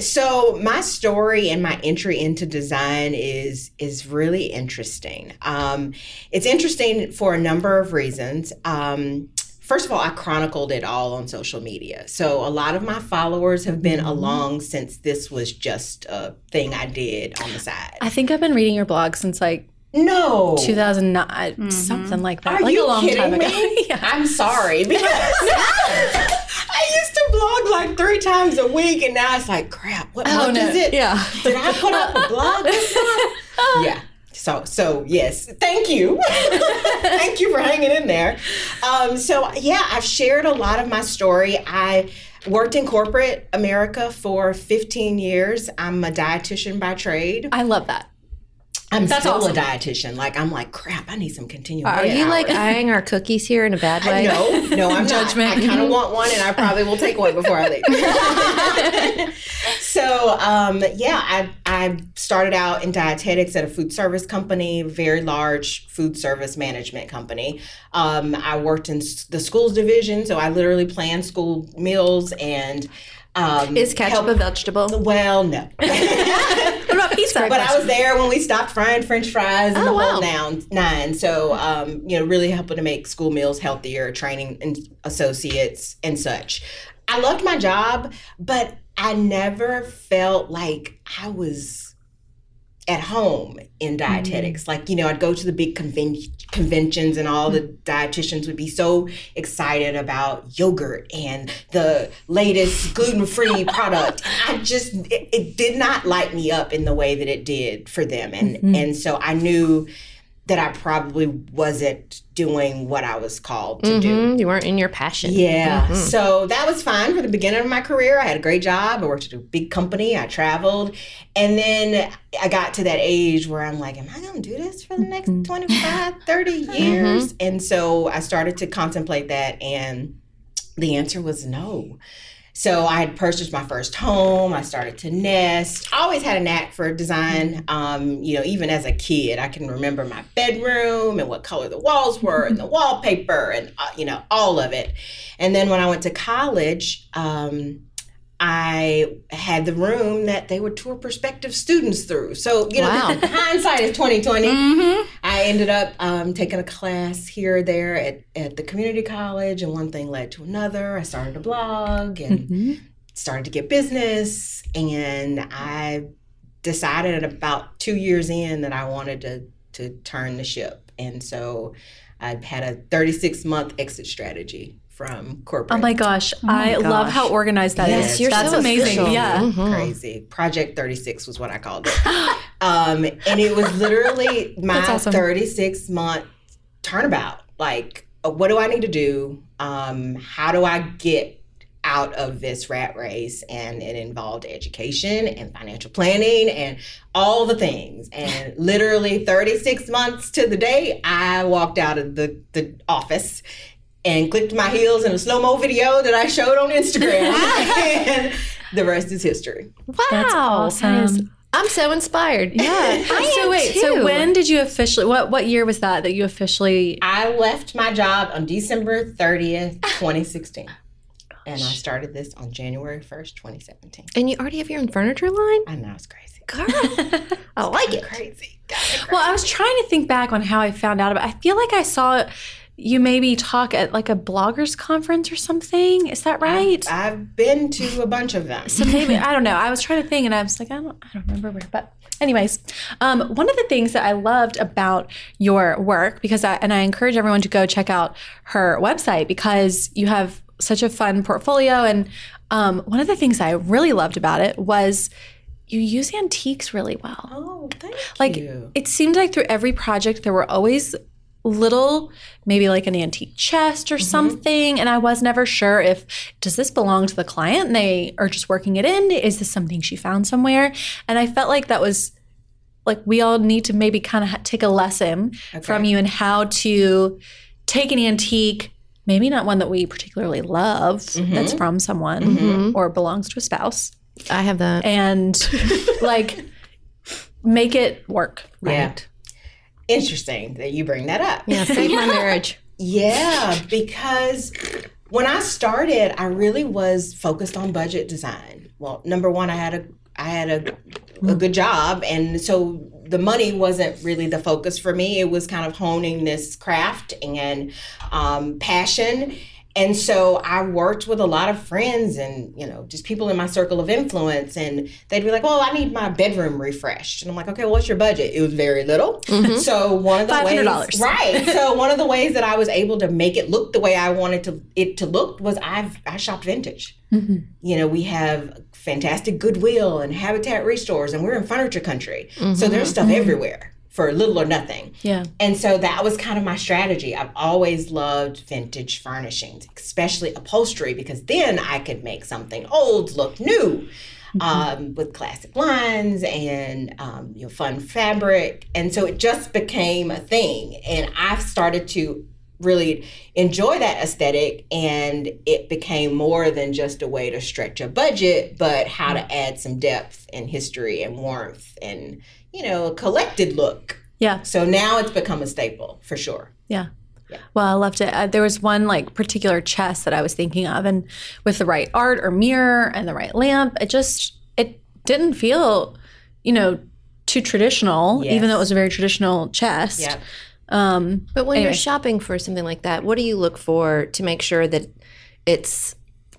Speaker 5: so my story and my entry into design is is really interesting. Um, it's interesting for a number of reasons. Um, First of all, I chronicled it all on social media. So a lot of my followers have been along since this was just a thing I did on the side.
Speaker 1: I think I've been reading your blog since like
Speaker 5: no.
Speaker 1: 2009, something like that,
Speaker 5: Are
Speaker 1: like
Speaker 5: you
Speaker 1: a long
Speaker 5: kidding
Speaker 1: time ago.
Speaker 5: me?
Speaker 1: yeah.
Speaker 5: I'm sorry because I used to blog like three times a week, and now it's like crap.
Speaker 1: Oh,
Speaker 5: What month is it?
Speaker 3: Yeah.
Speaker 5: Did I put up a blog this month? yeah. So so yes, thank you, thank you for hanging in there. Um, so yeah, I've shared a lot of my story. I worked in corporate America for 15 years. I'm a dietitian by trade.
Speaker 1: I love that.
Speaker 5: I'm still a dietitian. Like I'm like crap. I need some continuing.
Speaker 3: Are
Speaker 5: ed
Speaker 3: you like
Speaker 5: hours.
Speaker 3: eyeing our cookies here in a bad way?
Speaker 5: No, no, I'm
Speaker 1: Judgment.
Speaker 5: Not. I kind of want one, and I probably will take one before I leave. so, um, yeah, I, I I started out in dietetics at a food service company, very large food service management company. Um, I worked in s- the schools division, so I literally planned school meals and. Um,
Speaker 3: Is ketchup a vegetable?
Speaker 5: well, no.
Speaker 1: What about pizza?
Speaker 5: But I was there when we stopped frying French fries and
Speaker 3: Oh,
Speaker 5: the
Speaker 3: wow.
Speaker 5: whole noun, nine. So, um, you know, really helping to make school meals healthier, training and associates and such. I loved my job, but I never felt like I was at home in dietetics. Like, you know, I'd go to the big conven- conventions and all the dietitians would be so excited about yogurt and the latest gluten-free product. I just it, it did not light me up in the way that it did for them. And and so I knew that I probably wasn't doing what I was called to do.
Speaker 3: Mhm, You weren't in your passion.
Speaker 5: Yeah. So that was fine for the beginning of my career. I had a great job. I worked at a big company. I traveled. And then I got to that age where I'm like, am I going to do this for the next 25, 30 years? And so I started to contemplate that. And the answer was no. So I had purchased my first home. I started to nest. I always had a knack for design. Um, you know, even as a kid, I can remember my bedroom and what color the walls were and the wallpaper and uh, you know all of it. And then when I went to college, um, I had the room that they would tour prospective students through. So you know,
Speaker 3: Wow.
Speaker 5: hindsight is twenty
Speaker 2: Mm-hmm.
Speaker 5: I ended up um, taking a class here or there at, at the community college, and one thing led to another. I started a blog and
Speaker 1: Mm-hmm.
Speaker 5: started to get business, and I decided at about two years in that I wanted to to turn the ship, and so I had a 36 month exit strategy from corporate.
Speaker 1: Oh my gosh, I love how organized that is.
Speaker 5: Yes, you're
Speaker 1: That's
Speaker 3: so
Speaker 1: amazing.
Speaker 3: official.
Speaker 1: Yeah.
Speaker 5: crazy. Project 36 was what I called it. um, and it was literally my 36 month turnabout. Like, uh, what do I need to do? Um, how do I get out of this rat race? And it involved education and financial planning and all the things. And literally 36 months to the day, I walked out of the, the office and clicked my heels in a slow mo video that I showed on Instagram. and the rest is history.
Speaker 3: Wow.
Speaker 1: awesome.
Speaker 3: That is- I'm so inspired.
Speaker 1: Yeah. so wait, so when did you officially what what year was that that you officially
Speaker 5: I left my job on December 30th, 2016. And I started this on January 1st, 2017.
Speaker 3: And you already have your own furniture line?
Speaker 5: I know it's crazy.
Speaker 3: I like it.
Speaker 5: Crazy.
Speaker 1: Well, I was trying to think back on how I found out about I feel like I saw you maybe talk at like a bloggers conference or something. Is that right?
Speaker 5: I've been to a bunch of them.
Speaker 1: So maybe I don't know. I was trying to think, and I was like, I don't, I don't remember where. But anyways, um, one of the things that I loved about your work, because I and I encourage everyone to go check out her website because you have such a fun portfolio. And um, one of the things I really loved about it was you use antiques really well
Speaker 5: Oh, thank
Speaker 1: like
Speaker 5: you.
Speaker 1: it seemed like through every project there were always little maybe like an antique chest or something and i was never sure if does this belong to the client and they are just working it in is this something she found somewhere and i felt like that was like we all need to maybe kind of ha- take a lesson from you and how to take an antique maybe not one that we particularly love that's from someone or belongs to a spouse
Speaker 3: I have that.
Speaker 1: and like make it work
Speaker 5: Yeah. Interesting that you bring that up.
Speaker 3: Yeah, save my marriage.
Speaker 5: Yeah, because when I started, I really was focused on budget design. Well, number one, I had a I had a a good job, and so the money wasn't really the focus for me. It was kind of honing this craft and um, passion. And so I worked with a lot of friends and, you know, just people in my circle of influence. And they'd be like, well, I need my bedroom refreshed. And I'm like, okay, what's your budget? It was very little. So one of the
Speaker 1: $500.
Speaker 5: ways, right. so one of the ways that I was able to make it look the way I wanted to it to look was I've, I shopped vintage. You know, we have fantastic Goodwill and Habitat Restores and we're in furniture country. So there's stuff everywhere for little or nothing.
Speaker 1: Yeah.
Speaker 5: And so that was kind of my strategy. I've always loved vintage furnishings, especially upholstery, because then I could make something old look new um, with classic lines and um, you know, fun fabric. And so it just became a thing. And I've started to really enjoy that aesthetic and it became more than just a way to stretch a budget but how to add some depth and history and warmth and you know a collected look
Speaker 1: yeah
Speaker 5: so now it's become a staple for sure
Speaker 1: yeah yeah. Well, I loved it. Uh, there was one like particular chest that I was thinking of, and with the right art or mirror and the right lamp, it just it didn't feel, you know, too traditional.
Speaker 5: Yes.
Speaker 1: Even though it was a very traditional chest,
Speaker 5: Yep.
Speaker 1: um,
Speaker 3: But when you're
Speaker 1: Anyway.
Speaker 3: shopping for something like that, what do you look for to make sure that it's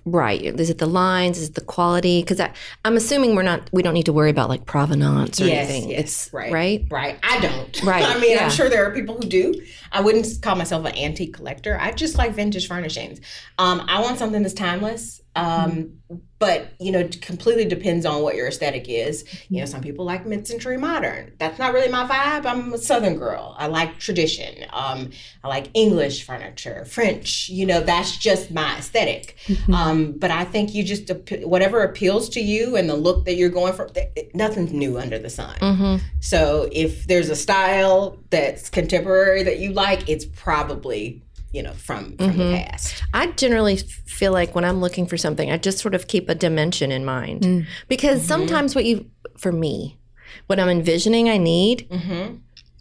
Speaker 3: right? Is it the lines? Is it the quality? Because I'm assuming we're not we don't need to worry about like provenance or
Speaker 5: Yes,
Speaker 3: anything.
Speaker 5: yes,
Speaker 3: it's
Speaker 5: right.
Speaker 3: right.
Speaker 5: Right. I don't.
Speaker 3: Right,
Speaker 5: I mean,
Speaker 3: yeah.
Speaker 5: I'm sure there are people who do. I wouldn't call myself an antique collector. I just like vintage furnishings. Um, I want something that's timeless. Um,
Speaker 3: Mm-hmm.
Speaker 5: But, you know, it completely depends on what your aesthetic is. You
Speaker 3: Mm-hmm.
Speaker 5: know, some people like mid century modern. That's not really my vibe. I'm a Southern girl. I like tradition. Um, I like English furniture, French. You know, that's just my aesthetic. Um, but I think you just, ap- whatever appeals to you and the look that you're going for, th- nothing's new under the sun. So if there's a style that's contemporary that you like, it's probably you know from from the past.
Speaker 3: I generally f- feel like when I'm looking for something, I just sort of keep a dimension in mind
Speaker 5: Mm.
Speaker 3: because
Speaker 5: Mm-hmm.
Speaker 3: sometimes what you for me, what I'm envisioning I need
Speaker 5: Mm-hmm.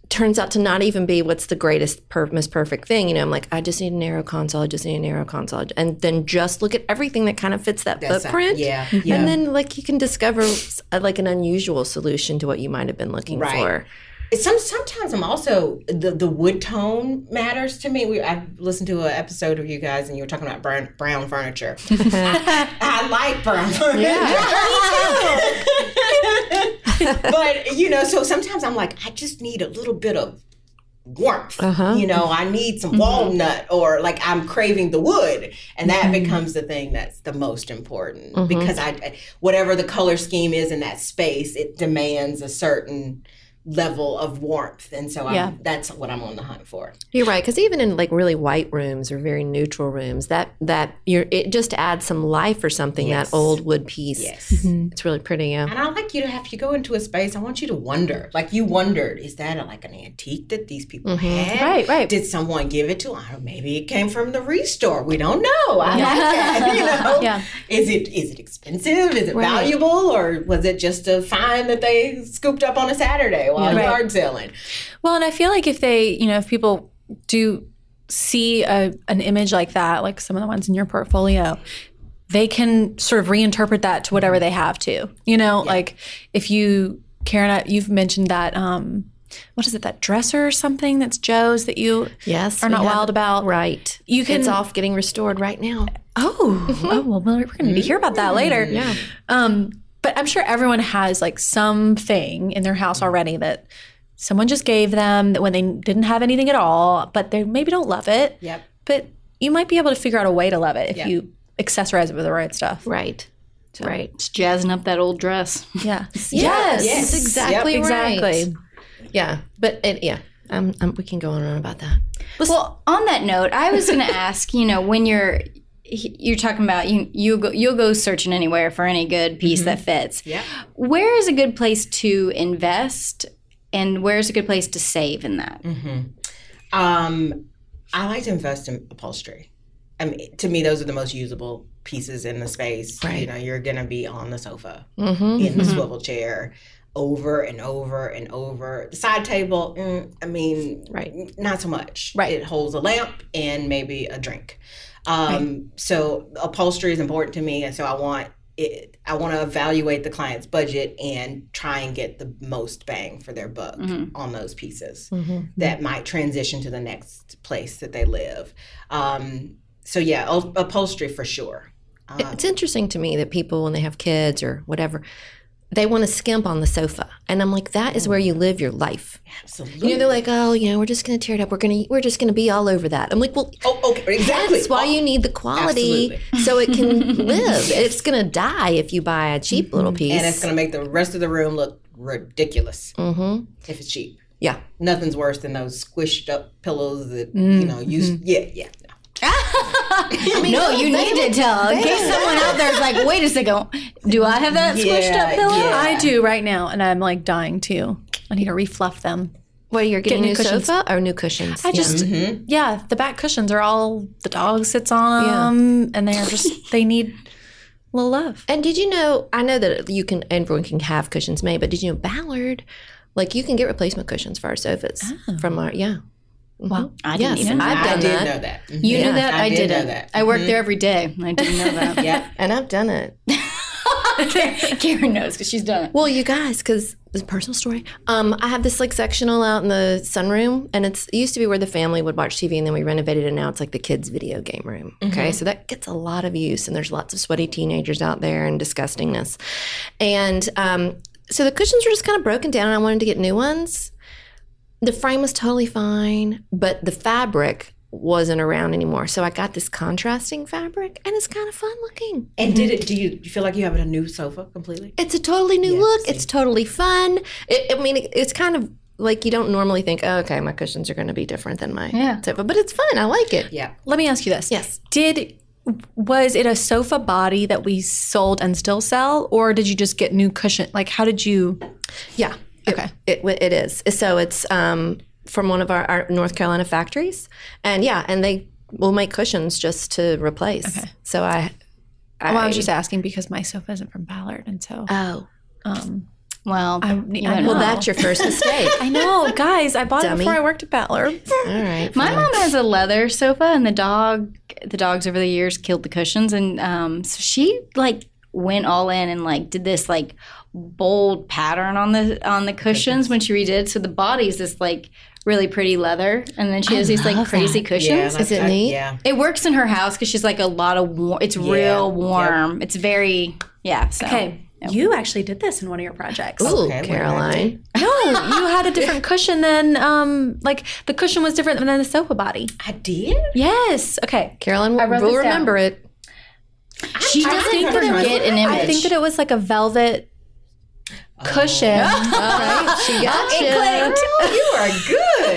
Speaker 3: turns out to not even be what's the greatest, per- most perfect thing. You know, I'm like, I just need a narrow console. I just need a narrow console, and then just look at everything that kind of fits that footprint.
Speaker 5: yeah, yeah.
Speaker 3: And then, like, you can discover s- uh, like an unusual solution to what you might have been looking
Speaker 5: Right.
Speaker 3: for.
Speaker 5: It's some sometimes I'm also the the wood tone matters to me. We I listened to an episode of you guys and you were talking about brown, brown furniture. I, I like brown furniture. but you know, so sometimes I'm like, I just need a little bit of warmth.
Speaker 3: Uh-huh.
Speaker 5: You know, I need some walnut or like I'm craving the wood. And that becomes the thing that's the most important because I whatever the color scheme is in that space, it demands a certain level of warmth. And so
Speaker 1: Yeah.
Speaker 5: I'm, that's what I'm on the hunt for.
Speaker 3: You're right, because even in like really white rooms or very neutral rooms, that that you're it just adds some life or something.
Speaker 5: Yes.
Speaker 3: That old wood piece,
Speaker 5: Yes.
Speaker 3: it's really pretty. Yeah.
Speaker 5: And I like you to have to go into a space. I want you to wonder, like you wondered, is that a, like an antique that these people had?
Speaker 1: Mm-hmm. Right, right.
Speaker 5: Did someone give it to? I don't. Maybe it came from the restore. We don't know. I like that. You know,
Speaker 1: Yeah.
Speaker 5: is it is it expensive? Is it valuable, or was it just a find that they scooped up on a Saturday
Speaker 1: Yeah.
Speaker 5: while
Speaker 1: Right.
Speaker 5: yard selling?
Speaker 1: Well, and I feel like if they, you know, if people do see a, an image like that, like some of the ones in your portfolio, they can sort of reinterpret that to whatever they have to. You know, like if you, Karen, I- you've mentioned that, um, what is it, that dresser or something that's Joe's that you
Speaker 3: Yes.
Speaker 1: are
Speaker 3: we
Speaker 1: not
Speaker 3: have-
Speaker 1: wild about?
Speaker 3: Right.
Speaker 1: You can-
Speaker 3: It's off getting restored right now.
Speaker 1: Oh, oh, well, we're going to hear about that later. Yeah. Um, but I'm sure everyone has like something in their house already that someone just gave them that when they didn't have anything at all, but they maybe don't love it.
Speaker 5: Yep.
Speaker 1: But you might be able to figure out a way to love it if
Speaker 5: Yeah.
Speaker 1: you accessorize it with the right stuff.
Speaker 3: Right. Right.
Speaker 4: Just jazzing up that old dress.
Speaker 1: Yeah.
Speaker 3: Yes.
Speaker 5: Yes.
Speaker 3: That's exactly.
Speaker 5: Yep.
Speaker 3: right.
Speaker 1: Exactly.
Speaker 3: Yeah. But it, yeah. Um, um, we can go on and on about that.
Speaker 4: Well,
Speaker 2: on that note, I was going to ask, you know, when you're you're talking about you you go, you'll go searching anywhere for any good piece that fits.
Speaker 5: Yeah.
Speaker 2: Where is a good place to invest and where's a good place to save in that?
Speaker 5: Mm-hmm. Um, I like to invest in upholstery. I mean, to me, those are the most usable pieces in the space. You
Speaker 3: Right.
Speaker 5: know, you're gonna be on the sofa.
Speaker 3: Mm-hmm.
Speaker 5: in the swivel chair over and over and over. The side table, mm, I mean,
Speaker 3: Right.
Speaker 5: n- not so much.
Speaker 1: Right.
Speaker 5: It holds a lamp and maybe a drink. Um, So upholstery is important to me, and so I want it. I want to evaluate the client's budget and try and get the most bang for their buck
Speaker 3: Mm-hmm.
Speaker 5: on those pieces that might transition to the next place that they live. Um, so yeah, u- upholstery for sure.
Speaker 3: It's interesting to me that people, when they have kids or whatever, they want to skimp on the sofa, and I'm like, that is where you live your life.
Speaker 5: Absolutely.
Speaker 3: You know, they're like, oh, you know, we're just gonna tear it up. We're gonna, we're just gonna be all over that. I'm like, well,
Speaker 5: oh, okay, exactly.
Speaker 3: That's why you need the quality
Speaker 5: Absolutely.
Speaker 3: so it can live. It's going to die if you buy a cheap
Speaker 1: Mm-hmm.
Speaker 3: little piece.
Speaker 5: Oh, and it's going to make the rest of the room look ridiculous
Speaker 3: Mhm.
Speaker 5: if it's cheap.
Speaker 3: Yeah.
Speaker 5: Nothing's worse than those squished up pillows that you know use. Yeah, yeah. no.
Speaker 2: no, you need to tell in case someone out there is like, wait a second, do I have that squished
Speaker 5: Yeah,
Speaker 2: up pillow?
Speaker 5: yeah.
Speaker 1: I do right now, and I'm like dying too. I need to refluff them.
Speaker 3: Where you're getting
Speaker 1: new
Speaker 3: a new
Speaker 1: cushions.
Speaker 3: sofa or new cushions?
Speaker 1: I
Speaker 3: Yeah.
Speaker 1: just, yeah, the back cushions are all the dog sits on
Speaker 3: Yeah.
Speaker 1: them, and they are just they need a little love.
Speaker 3: And did you know? I know that you can everyone can have cushions made, but did you know Ballard, like you can get replacement cushions for our sofas
Speaker 1: Oh.
Speaker 3: from our yeah. Mm-hmm. Wow,
Speaker 4: I didn't even know
Speaker 3: I've
Speaker 5: I
Speaker 3: done
Speaker 5: did
Speaker 3: that,
Speaker 5: know that. Mhm.
Speaker 4: You
Speaker 3: Yeah,
Speaker 4: knew that?
Speaker 5: I
Speaker 4: I,
Speaker 5: did
Speaker 4: didn't.
Speaker 5: know that. Mm-hmm.
Speaker 4: I worked there every day. and I didn't know that.
Speaker 5: Yeah.
Speaker 3: and I've done it.
Speaker 4: Karen knows because she's done it.
Speaker 3: Well, you guys, because it's a personal story. Um, I have this like sectional out in the sunroom, and it's it used to be where the family would watch TV, and then we renovated it. And now it's like the kids' video game room. Okay, so that gets a lot of use, and there's lots of sweaty teenagers out there and disgustingness. And um, so the cushions were just kind of broken down, and I wanted to get new ones. The frame was totally fine, but the fabric wasn't around anymore. So I got this contrasting fabric, and it's kind of fun looking.
Speaker 5: And did it? Do you, you feel like you have a new sofa completely?
Speaker 3: It's a totally new
Speaker 5: Yeah,
Speaker 3: look.
Speaker 5: see.
Speaker 3: It's totally fun. It, I mean, it, it's kind of like you don't normally think, oh, okay, my cushions are going to be different than my
Speaker 4: Yeah.
Speaker 3: sofa, but it's fun. I like it.
Speaker 5: Yeah.
Speaker 1: Let me ask you this:
Speaker 3: Yes.
Speaker 1: did was it a sofa body that we sold and still sell, or did you just get new cushion? Like, how did you?
Speaker 3: Yeah.
Speaker 1: Okay.
Speaker 3: It, it is. So it's um, from one of our, our North Carolina factories. And yeah, and they will make cushions just to replace.
Speaker 1: Okay.
Speaker 3: So I. I,
Speaker 1: Well, I was just asking because my sofa isn't from Ballard, and so
Speaker 3: Oh.
Speaker 1: um,
Speaker 4: Well,
Speaker 1: I,
Speaker 4: you
Speaker 1: I
Speaker 4: went
Speaker 1: know.
Speaker 3: Well, that's your first mistake.
Speaker 1: I know, guys. I bought it
Speaker 3: Dummy.
Speaker 1: before I worked at Ballard.
Speaker 3: All right.
Speaker 4: My
Speaker 3: fine.
Speaker 4: mom has a leather sofa, and the dog, the dogs over the years killed the cushions, and um, so she like went all in and like did this like bold pattern on the on the cushions when she redid. So the body's this like really pretty leather, and then she has these like crazy
Speaker 5: Yeah.
Speaker 4: cushions.
Speaker 5: like,
Speaker 3: Is it
Speaker 5: I-
Speaker 3: neat?
Speaker 5: Yeah.
Speaker 4: It works in her house because she's like a lot of warm. It's
Speaker 5: Yeah.
Speaker 4: real warm. It's very yeah. So.
Speaker 1: Okay, you actually did this in one of your projects.
Speaker 3: Ooh,
Speaker 5: Okay, wait,
Speaker 3: Caroline.
Speaker 1: No, you had a different cushion than um like the cushion was different than the sofa body.
Speaker 5: I did.
Speaker 1: Yes. Okay.
Speaker 3: Caroline
Speaker 4: wrote
Speaker 3: will
Speaker 4: this down.
Speaker 3: remember it.
Speaker 4: She
Speaker 5: I
Speaker 4: doesn't
Speaker 5: think that it
Speaker 4: get an image.
Speaker 1: I think that it was like a velvet
Speaker 5: Oh,
Speaker 1: cushion.
Speaker 3: All right. She got you.
Speaker 5: Oh, you are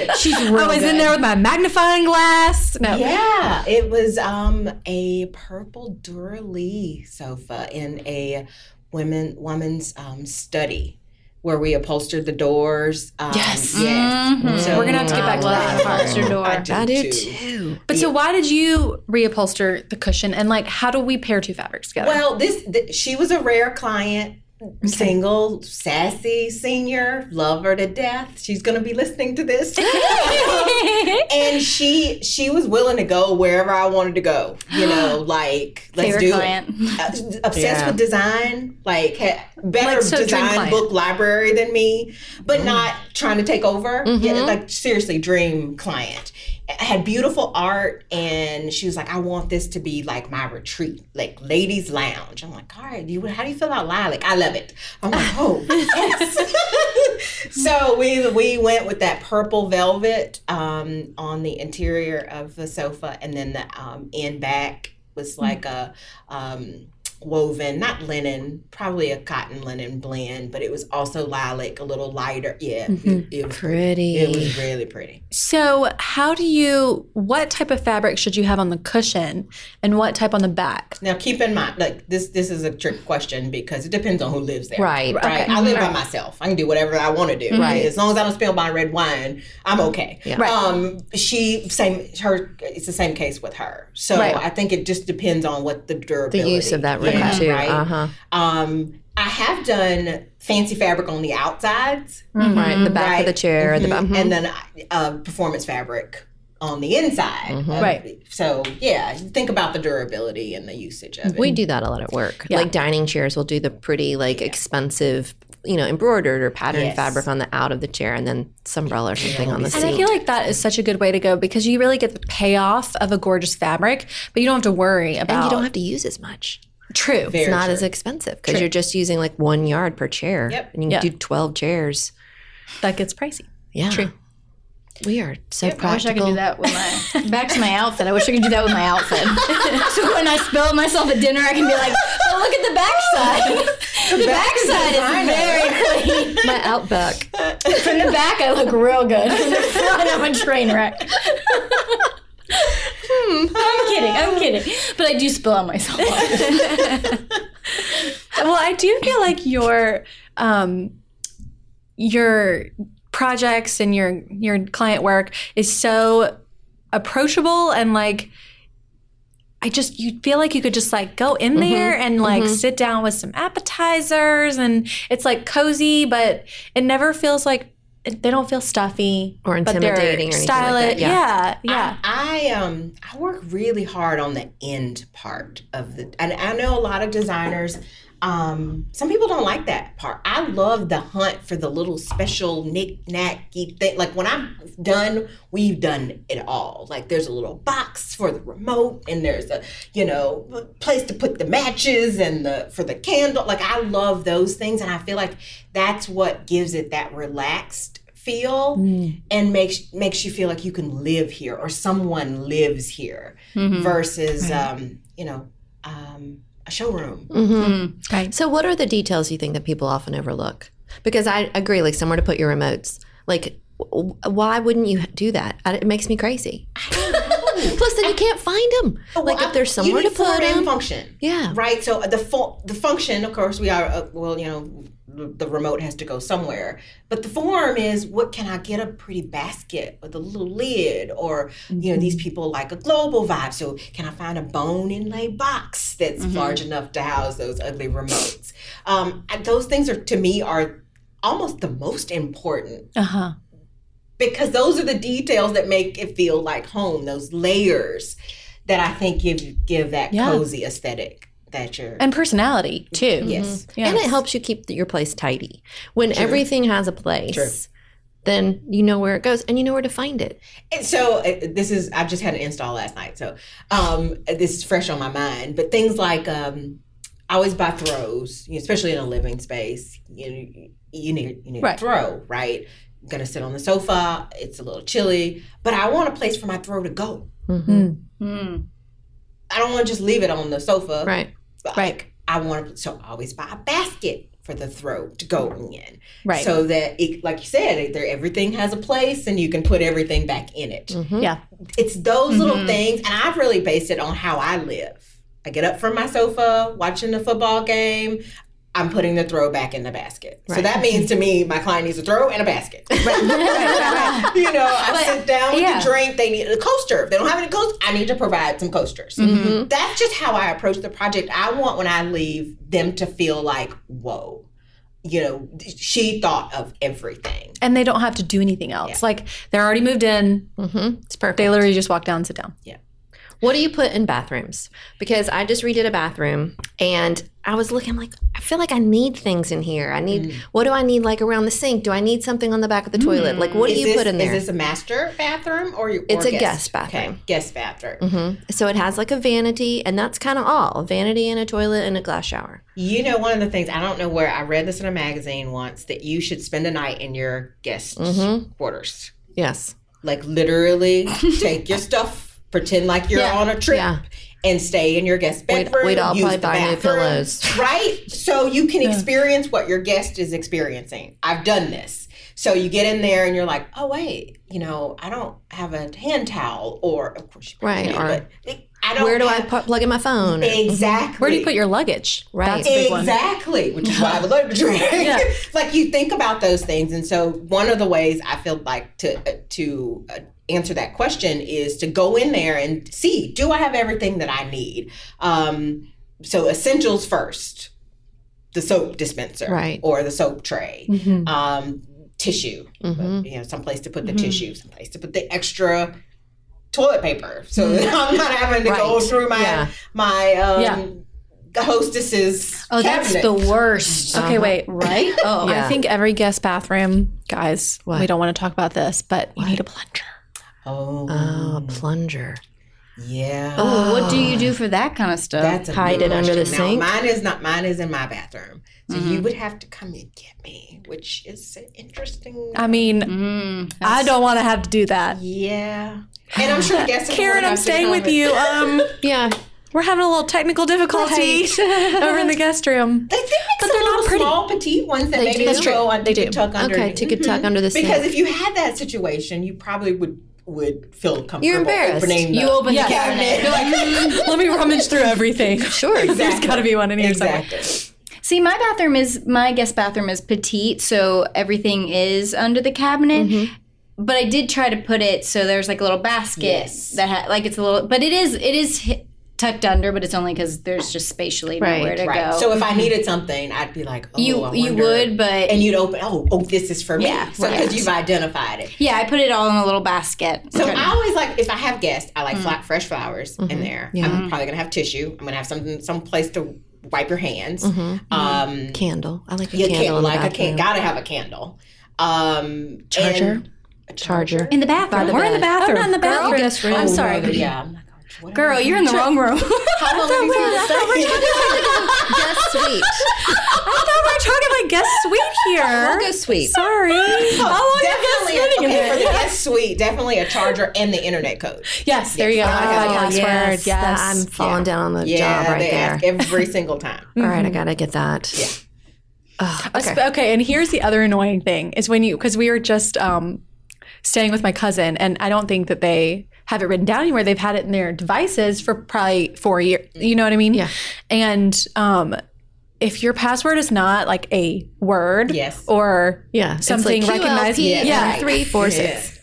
Speaker 5: good.
Speaker 4: she's real.
Speaker 1: I was in there with my magnifying glass. No.
Speaker 5: Yeah, it was um a purple Duralee sofa in a women woman's um, study where we upholstered the doors. Um,
Speaker 1: Yes. Mm-hmm.
Speaker 5: yes.
Speaker 1: We're gonna have to get back to that.
Speaker 4: Upholstered door.
Speaker 5: I do,
Speaker 3: I do
Speaker 5: too.
Speaker 3: too.
Speaker 1: But so why did you reupholster the cushion and like how do we pair two fabrics together?
Speaker 5: Well, this th- she was a rare client. Single, sassy, senior, love her to death. She's gonna be listening to this, and she she was willing to go wherever I wanted to go. You know, like let's
Speaker 4: Favorite
Speaker 5: do it.
Speaker 4: client.
Speaker 5: uh, obsessed
Speaker 3: Yeah.
Speaker 5: with design, like ha-
Speaker 1: Like,
Speaker 5: better
Speaker 1: so dream
Speaker 5: design
Speaker 1: client.
Speaker 5: book library than me, but not trying to take over.
Speaker 1: Mm-hmm.
Speaker 5: Yeah, like seriously, dream client. Had beautiful art, and she was like, "I want this to be like my retreat, like ladies' lounge." I'm like, "All right, you how do you feel about lilac? I love it." I'm like, "Oh, yes." so we we went with that purple velvet um, on the interior of the sofa, and then the um, end back was
Speaker 3: Hmm.
Speaker 5: like a um, woven, not linen, probably a cotton linen blend, but it was also lilac, a little lighter. Yeah, it, it was
Speaker 3: Mm-hmm. Pretty.
Speaker 5: it was really pretty.
Speaker 1: so how do you what type of fabric should you have on the cushion and what type on the back?
Speaker 5: Now keep in mind, like this this is a trick question because it depends on who lives there.
Speaker 3: Right.
Speaker 5: Right. I live by myself. I can do whatever I want to do. Right. As long as I don't spill my red wine, I'm okay.
Speaker 1: Right.
Speaker 5: Um she same her it's the same case with her. So
Speaker 1: Right.
Speaker 5: I think it just depends on what the
Speaker 3: The
Speaker 5: durability
Speaker 3: use of that room
Speaker 5: Yeah,
Speaker 3: too.
Speaker 5: Right?
Speaker 3: Uh huh.
Speaker 5: Um I have done fancy fabric on the outsides.
Speaker 3: Right, the back
Speaker 5: Right.
Speaker 3: of the chair, Mm-hmm. the back.
Speaker 5: Mhm. and then uh, performance fabric on the inside.
Speaker 3: Mm-hmm.
Speaker 5: Uh,
Speaker 1: Right.
Speaker 5: So yeah, think about the durability and the usage of it.
Speaker 3: Mm-hmm. We do that a lot at work. Like dining chairs, we'll do the pretty, like expensive, you know, embroidered or patterned
Speaker 5: Yes.
Speaker 3: fabric on the out of the chair, and then some umbrella or something on the
Speaker 1: And I
Speaker 3: seat.
Speaker 1: feel like that is such a good way to go because you really get the payoff of a gorgeous fabric, but you don't have to worry about.
Speaker 3: And you don't have to use as much.
Speaker 1: true.
Speaker 5: Very
Speaker 3: It's not
Speaker 5: true.
Speaker 3: as expensive because you're just using like one yard per chair.
Speaker 5: Yep.
Speaker 3: And you
Speaker 1: Yeah.
Speaker 3: can do twelve chairs.
Speaker 1: That gets pricey.
Speaker 3: Yeah. True. We are so
Speaker 4: I wish I could
Speaker 3: practical.
Speaker 4: do that with my back to my outfit. I wish I could do that with my outfit. so when I spill myself at dinner, I can be like, "But look at the backside. the backside is very clean.
Speaker 3: My outback.
Speaker 4: From the back, I look real good. From the front, I'm a train wreck." Hmm. I'm kidding. I'm kidding. But I do spill on myself.
Speaker 1: Well, I do feel like your um your projects and your your client work is so approachable and like I just you feel like you could just like go in
Speaker 3: Mm-hmm.
Speaker 1: there and like sit down with some appetizers and it's like cozy, but it never feels like it- they don't feel stuffy
Speaker 3: Or
Speaker 1: but they're
Speaker 3: intimidating or anything like
Speaker 1: stylish.
Speaker 3: that, yeah. Ah.
Speaker 1: yeah, yeah.
Speaker 5: I, I um I work really hard on the end part of the and I know a lot of designers um some people don't like that part. I love the hunt for the little special knick-knacky thing. Like when I'm done, we've done it all. Like there's a little box for the remote and there's a, you know, place to put the matches and the for the candle. Like I love those things and I feel like that's what gives it that relaxed feel and makes makes you feel like you can live here or someone lives here versus um, you know um, a showroom.
Speaker 3: Mm. So, what are the details you think that people often overlook? Because I agree, like somewhere to put your remotes. Like, w- w- why wouldn't you do that? I, it makes me crazy. Plus, then you can't find them. like,
Speaker 5: Oh, Well,
Speaker 3: if
Speaker 5: I-
Speaker 3: there's
Speaker 5: you
Speaker 3: somewhere
Speaker 5: need
Speaker 3: to put
Speaker 5: form and
Speaker 3: them,
Speaker 5: function.
Speaker 3: Yeah.
Speaker 5: Right. So uh, the fu- the function, of course, we are uh, well, you know, the remote has to go somewhere, but the form is what can I get a pretty basket with a little lid, or you
Speaker 3: Mm-hmm.
Speaker 5: know, these people like a global vibe. So can I find a bone inlay box that's
Speaker 3: Mm-hmm.
Speaker 5: large enough to house those ugly remotes? um, and those things are to me are almost the most important
Speaker 1: Uh huh.
Speaker 5: because those are the details that make it feel like home. Those layers that I think give give that
Speaker 1: Yeah.
Speaker 5: cozy aesthetic that you're.
Speaker 1: And personality too.
Speaker 5: yes,
Speaker 1: Yeah.
Speaker 3: and Mm-hmm. it helps you keep your place tidy. When everything has a place,
Speaker 5: True.
Speaker 3: then you know where it goes and you know where to find it.
Speaker 5: And so uh, this is I just had an install last night, so um, this is fresh on my mind. But things like um, I always buy throws, you know, especially in a living space. You know, you need you need
Speaker 1: Right.
Speaker 5: a throw, right? I'm gonna sit on the sofa. It's a little chilly, but I want a place for my throw to go.
Speaker 4: Mm.
Speaker 5: I don't want to just leave it on the sofa,
Speaker 3: Right.
Speaker 5: But,
Speaker 1: Right.
Speaker 5: like, I want to, so I always buy a basket for the throw to go in.
Speaker 1: Right.
Speaker 5: So that it, like you said, it- there everything has a place and you can put everything back in it.
Speaker 1: Yeah.
Speaker 5: It's those little things, and I've really based it on how I live. I get up from my sofa, watching the football game. I'm putting the throw back in the basket. So that means to me, my client needs a throw and a basket. you know, I sit down with
Speaker 1: yeah.
Speaker 5: the drink. They need a coaster. If they don't have any coasters, I need to provide some coasters.
Speaker 3: Mm-hmm.
Speaker 5: That's just how I approach the project. I want when I leave them to feel like, whoa, you know, she thought of everything.
Speaker 1: And they don't have to do anything else. Like they're already moved in.
Speaker 3: Mm-hmm. It's perfect.
Speaker 1: They literally just walk down and sit down.
Speaker 3: What do you put in bathrooms? Because I just redid a bathroom and I was looking I'm like, I feel like I need things in here. I
Speaker 5: Mm.
Speaker 3: need, what do I need like around the sink? Do I need something on the back of the toilet? Like, what do
Speaker 5: Mm. Is
Speaker 3: you
Speaker 5: this,
Speaker 3: put in there?
Speaker 5: Is this a master bathroom or you?
Speaker 3: It's
Speaker 5: or
Speaker 3: a guest bathroom.
Speaker 5: Okay, guest bathroom.
Speaker 3: Mhm. So it has like a vanity and that's kind of all a vanity and a toilet and a glass shower.
Speaker 5: You know, one of the things I don't know where I read this in a magazine once that you should spend a night in your guest
Speaker 3: Mm-hmm.
Speaker 5: quarters.
Speaker 3: Yes.
Speaker 5: Like literally, take your stuff, pretend like you're on a trip,
Speaker 3: Yeah.
Speaker 5: and stay in your guest
Speaker 3: We'd-
Speaker 5: bedroom.
Speaker 3: we'd all
Speaker 5: use
Speaker 3: probably
Speaker 5: the
Speaker 3: buy new
Speaker 5: bathroom,
Speaker 3: pillows.
Speaker 5: right? So you can experience what your guest is experiencing. I've done this. So you get in there and you're like, oh wait, you know, I don't have a hand towel, or of course you
Speaker 3: Right,
Speaker 5: probably do,
Speaker 3: or
Speaker 5: but I don't.
Speaker 3: Where do I Mm-hmm.
Speaker 5: have-
Speaker 3: pu- plug in my phone?
Speaker 5: exactly?
Speaker 1: Where do you put your luggage?
Speaker 3: Right.
Speaker 1: That's a big one.
Speaker 5: Exactly, which is why I have a love drink. like you think about those things, and so one of the ways I feel like to to uh, answer that question is to go in there and see: Do I have everything that I need? Um, so essentials first: the soap dispenser,
Speaker 3: Right.
Speaker 5: or the soap tray,
Speaker 1: Mm.
Speaker 5: um, tissue,
Speaker 3: Mm-hmm.
Speaker 5: you know, someplace to put the tissue, someplace to put the extra toilet paper, so that I'm not having to go
Speaker 3: Right.
Speaker 5: through my
Speaker 3: Yeah.
Speaker 5: my um,
Speaker 1: Yeah.
Speaker 5: the hostess's.
Speaker 4: Oh, that's
Speaker 5: cabinet.
Speaker 4: the worst.
Speaker 1: Okay, wait.
Speaker 4: Right? Oh,
Speaker 1: I think every guest bathroom, guys,
Speaker 3: What?
Speaker 1: we don't want to talk about this, but you need a plunger.
Speaker 5: Oh,
Speaker 3: Oh, plunger.
Speaker 5: yeah.
Speaker 4: Well, what do you do for that kind of stuff?
Speaker 5: that's a
Speaker 3: hide
Speaker 5: good
Speaker 3: it under the
Speaker 5: question. Now,
Speaker 3: sink?
Speaker 5: mine is not. Mine is in my bathroom, so you would have to come and get me, which is an interesting.
Speaker 1: I mean,
Speaker 2: Mm-hmm.
Speaker 4: Mm,
Speaker 1: I don't want to have to do that.
Speaker 5: yeah, and I'm sure guests.
Speaker 1: Karen, I'm staying with you. Um,
Speaker 3: Yeah.
Speaker 1: we're having a little technical difficulty over in the guest room.
Speaker 5: They, they make some
Speaker 1: they're not
Speaker 5: little
Speaker 1: pretty.
Speaker 5: small petite ones that maybe
Speaker 3: do.
Speaker 5: you go on.
Speaker 1: They
Speaker 5: you could
Speaker 1: do.
Speaker 5: Tuck under.
Speaker 3: Okay. Take a tuck under the sink.
Speaker 5: Because if you had that situation, you probably would would feel comfortable.
Speaker 3: embarrassed.
Speaker 5: Opening
Speaker 4: You
Speaker 5: the
Speaker 4: open the cabinet.
Speaker 5: cabinet.
Speaker 1: Let me rummage through everything.
Speaker 3: sure.
Speaker 1: There's got to be one in here somewhere.
Speaker 5: exactly.
Speaker 2: See, my bathroom is my guest bathroom is petite, so everything is under the cabinet.
Speaker 5: Mm-hmm.
Speaker 2: But I did try to put it so there's like a little basket
Speaker 5: Yes.
Speaker 2: that ha- like it's a little, but it is it is hi- tucked under, but it's only because there's just spatially
Speaker 3: Right,
Speaker 2: nowhere to
Speaker 5: Right.
Speaker 2: go.
Speaker 5: So if I needed something, I'd be like, oh,
Speaker 2: you
Speaker 5: I
Speaker 2: you
Speaker 5: wonder.
Speaker 2: would, but
Speaker 5: and you'd open. Oh, oh, this is for me.
Speaker 2: Yeah,
Speaker 5: so because you've identified it.
Speaker 2: yeah, I put it all in a little basket.
Speaker 5: So
Speaker 2: Okay.
Speaker 5: I always like if I have guests, I like flat fresh flowers in there.
Speaker 3: Yeah.
Speaker 5: I'm probably gonna have tissue. I'm gonna have something, some place to wipe your hands. Um,
Speaker 3: Candle. I like a
Speaker 5: you
Speaker 3: candle.
Speaker 5: can't
Speaker 3: in the
Speaker 5: like I
Speaker 3: bathroom.
Speaker 5: can't gotta have a candle. Um,
Speaker 3: Charger.
Speaker 5: and-
Speaker 3: Charger.
Speaker 2: in the bathroom.
Speaker 1: the
Speaker 2: We're in the
Speaker 1: bed. Oh,
Speaker 2: bathroom.
Speaker 1: not in the
Speaker 2: Girl,
Speaker 1: bathroom. Guest room.
Speaker 5: Oh,
Speaker 2: I'm sorry.
Speaker 5: brother, yeah. I'm like, oh, what am I
Speaker 2: Girl,
Speaker 5: doing?
Speaker 2: you're in the wrong room.
Speaker 5: How long are these people staying?
Speaker 3: Guest suite.
Speaker 1: I thought we were talking about guest suite
Speaker 3: I'll
Speaker 1: here.
Speaker 3: go suite.
Speaker 1: Sorry. Oh,
Speaker 5: Definitely, a, okay, for the guest suite, definitely a charger and the internet code.
Speaker 1: Yes, there you go.
Speaker 5: Oh,
Speaker 1: Wi-Fi password. Yes.
Speaker 3: that- I'm falling down on the job right
Speaker 5: they
Speaker 3: there.
Speaker 5: ask every single time.
Speaker 3: All
Speaker 1: Mm-hmm.
Speaker 3: right, I gotta get that. Yeah. okay.
Speaker 1: Espe- okay, and here's the other annoying thing is when you because we were just um, staying with my cousin, and I don't think that they have it written down anywhere. They've had it in their devices for probably four years. You know what I mean?
Speaker 3: Yeah.
Speaker 1: And um, if your password is not like a word,
Speaker 5: Yes.
Speaker 1: or
Speaker 3: Yeah, it's like
Speaker 1: something
Speaker 3: QLP
Speaker 1: recognized,
Speaker 3: and
Speaker 1: yeah,
Speaker 3: three, four, six.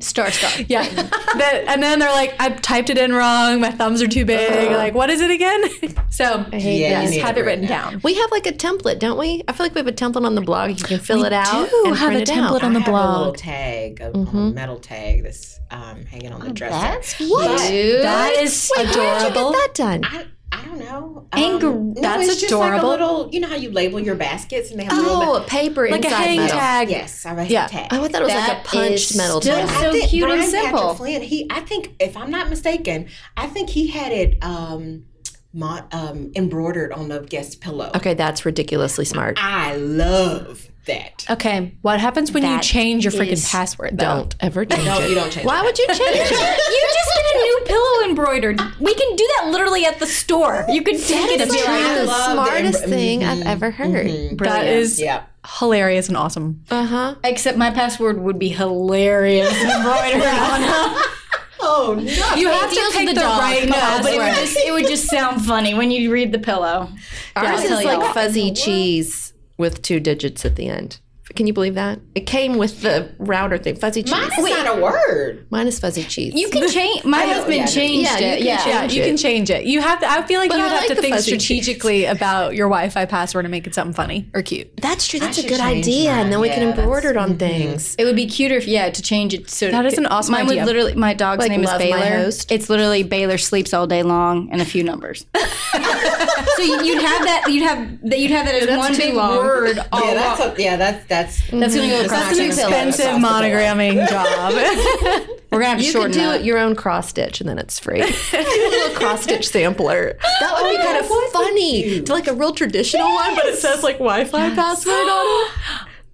Speaker 2: Star star.
Speaker 1: yeah. That- and then they're like, I typed it in wrong. My thumbs are too big. Like, what is it again? so
Speaker 5: Yeah, you
Speaker 1: yes,
Speaker 5: need
Speaker 1: have it written down.
Speaker 3: We have like a template, don't we? I feel like we have a template on the blog. You can fill it out.
Speaker 1: do
Speaker 3: and
Speaker 1: have
Speaker 3: print
Speaker 1: a
Speaker 3: it out.
Speaker 1: template on the
Speaker 5: I have a little
Speaker 1: blog.
Speaker 5: tag, a little
Speaker 3: Mm-hmm.
Speaker 5: metal tag that's um, hanging on
Speaker 3: Oh,
Speaker 5: the dresser.
Speaker 2: That's
Speaker 5: But
Speaker 2: cute.
Speaker 1: That is
Speaker 3: How did you
Speaker 1: adorable.
Speaker 3: get that done?
Speaker 5: I, I don't know.
Speaker 2: Anger-
Speaker 5: Um, no,
Speaker 1: that's
Speaker 5: it's just like a
Speaker 1: adorable.
Speaker 5: little, you know how you label your baskets and they have a little
Speaker 3: Oh,
Speaker 5: bit.
Speaker 3: a paper
Speaker 1: Like a
Speaker 3: inside
Speaker 1: hang
Speaker 3: metal.
Speaker 1: tag.
Speaker 5: Yes, I have
Speaker 1: Yeah.
Speaker 5: a tag.
Speaker 3: Oh, I thought it was like a
Speaker 2: That
Speaker 3: punched
Speaker 2: is
Speaker 3: metal
Speaker 2: still
Speaker 3: tag.
Speaker 2: so cute and
Speaker 5: Brian
Speaker 2: simple.
Speaker 5: Patrick Flynn, he, I think, if I'm not mistaken, I think he had it um, mo- um, embroidered on the guest pillow.
Speaker 3: Okay, that's ridiculously smart.
Speaker 5: I love that.
Speaker 1: Okay, what happens when you
Speaker 2: That
Speaker 1: change your freaking
Speaker 2: is-
Speaker 1: password? Though?
Speaker 3: Don't ever change
Speaker 5: No,
Speaker 3: it.
Speaker 5: you don't change.
Speaker 3: Why
Speaker 5: it.
Speaker 3: would you change it?
Speaker 2: You just get a new pillow embroidered. We can do that literally at the store. You could take it and be like,
Speaker 5: I
Speaker 3: the
Speaker 5: love the
Speaker 3: smartest
Speaker 5: embr- Mm-hmm.
Speaker 3: thing I've ever heard.
Speaker 1: That is
Speaker 5: Yeah.
Speaker 1: hilarious and awesome.
Speaker 3: Uh huh.
Speaker 2: except my password would be hilarious embroidered on.
Speaker 5: Oh no.
Speaker 1: You have to
Speaker 2: Deals
Speaker 1: pick
Speaker 2: with
Speaker 1: the,
Speaker 2: dog,
Speaker 1: right
Speaker 2: come on, but it would,
Speaker 1: password.
Speaker 2: just, it would just sound funny when you read the pillow.
Speaker 3: Ours
Speaker 2: I'll
Speaker 3: is
Speaker 2: tell you
Speaker 3: like
Speaker 2: what.
Speaker 3: fuzzy cheese with two digits at the end. Can you believe that? It came with the router thing. Fuzzy cheese.
Speaker 5: Mine is not a word.
Speaker 3: Mine is fuzzy cheese.
Speaker 2: You can change. My husband
Speaker 5: yeah, I know.
Speaker 2: changed
Speaker 3: Yeah, you
Speaker 2: it.
Speaker 3: can
Speaker 2: Yeah.
Speaker 1: Yeah,
Speaker 3: change
Speaker 1: you
Speaker 3: it.
Speaker 1: can change it. You have to. I feel like
Speaker 3: But
Speaker 1: you
Speaker 3: I
Speaker 1: would
Speaker 3: like
Speaker 1: have
Speaker 3: the
Speaker 1: to think
Speaker 3: fuzzy cheese.
Speaker 1: strategically about your Wi-Fi password and make it something funny or cute.
Speaker 3: That's true. That's a
Speaker 5: should
Speaker 3: good
Speaker 5: change
Speaker 3: idea.
Speaker 5: mine.
Speaker 3: And then we
Speaker 5: Yeah,
Speaker 3: can
Speaker 5: that's-
Speaker 3: embroider it on things.
Speaker 2: It would be cuter if yeah to change it. So
Speaker 1: That is an awesome
Speaker 2: Mine
Speaker 1: idea.
Speaker 2: would literally. My dog's
Speaker 3: Like,
Speaker 2: name is
Speaker 3: love my
Speaker 2: Baylor.
Speaker 3: host.
Speaker 2: It's literally Baylor sleeps all day long and a few numbers. so you- you'd have that. You'd have that. You'd have that as one
Speaker 3: too
Speaker 2: big
Speaker 3: long.
Speaker 2: word. All
Speaker 5: yeah,
Speaker 2: along.
Speaker 5: that's a, yeah, that's that's
Speaker 2: That's gonna go across.
Speaker 5: That's an
Speaker 2: your pillow.
Speaker 5: expensive
Speaker 1: Expensive monogramming job.
Speaker 2: We're gonna have to
Speaker 3: You
Speaker 2: shorten
Speaker 3: could do
Speaker 2: that.
Speaker 3: your own cross stitch and then it's free. a little cross stitch sampler. That would be kind of funny. To like a real traditional one, but it says like Wi Fi password on it.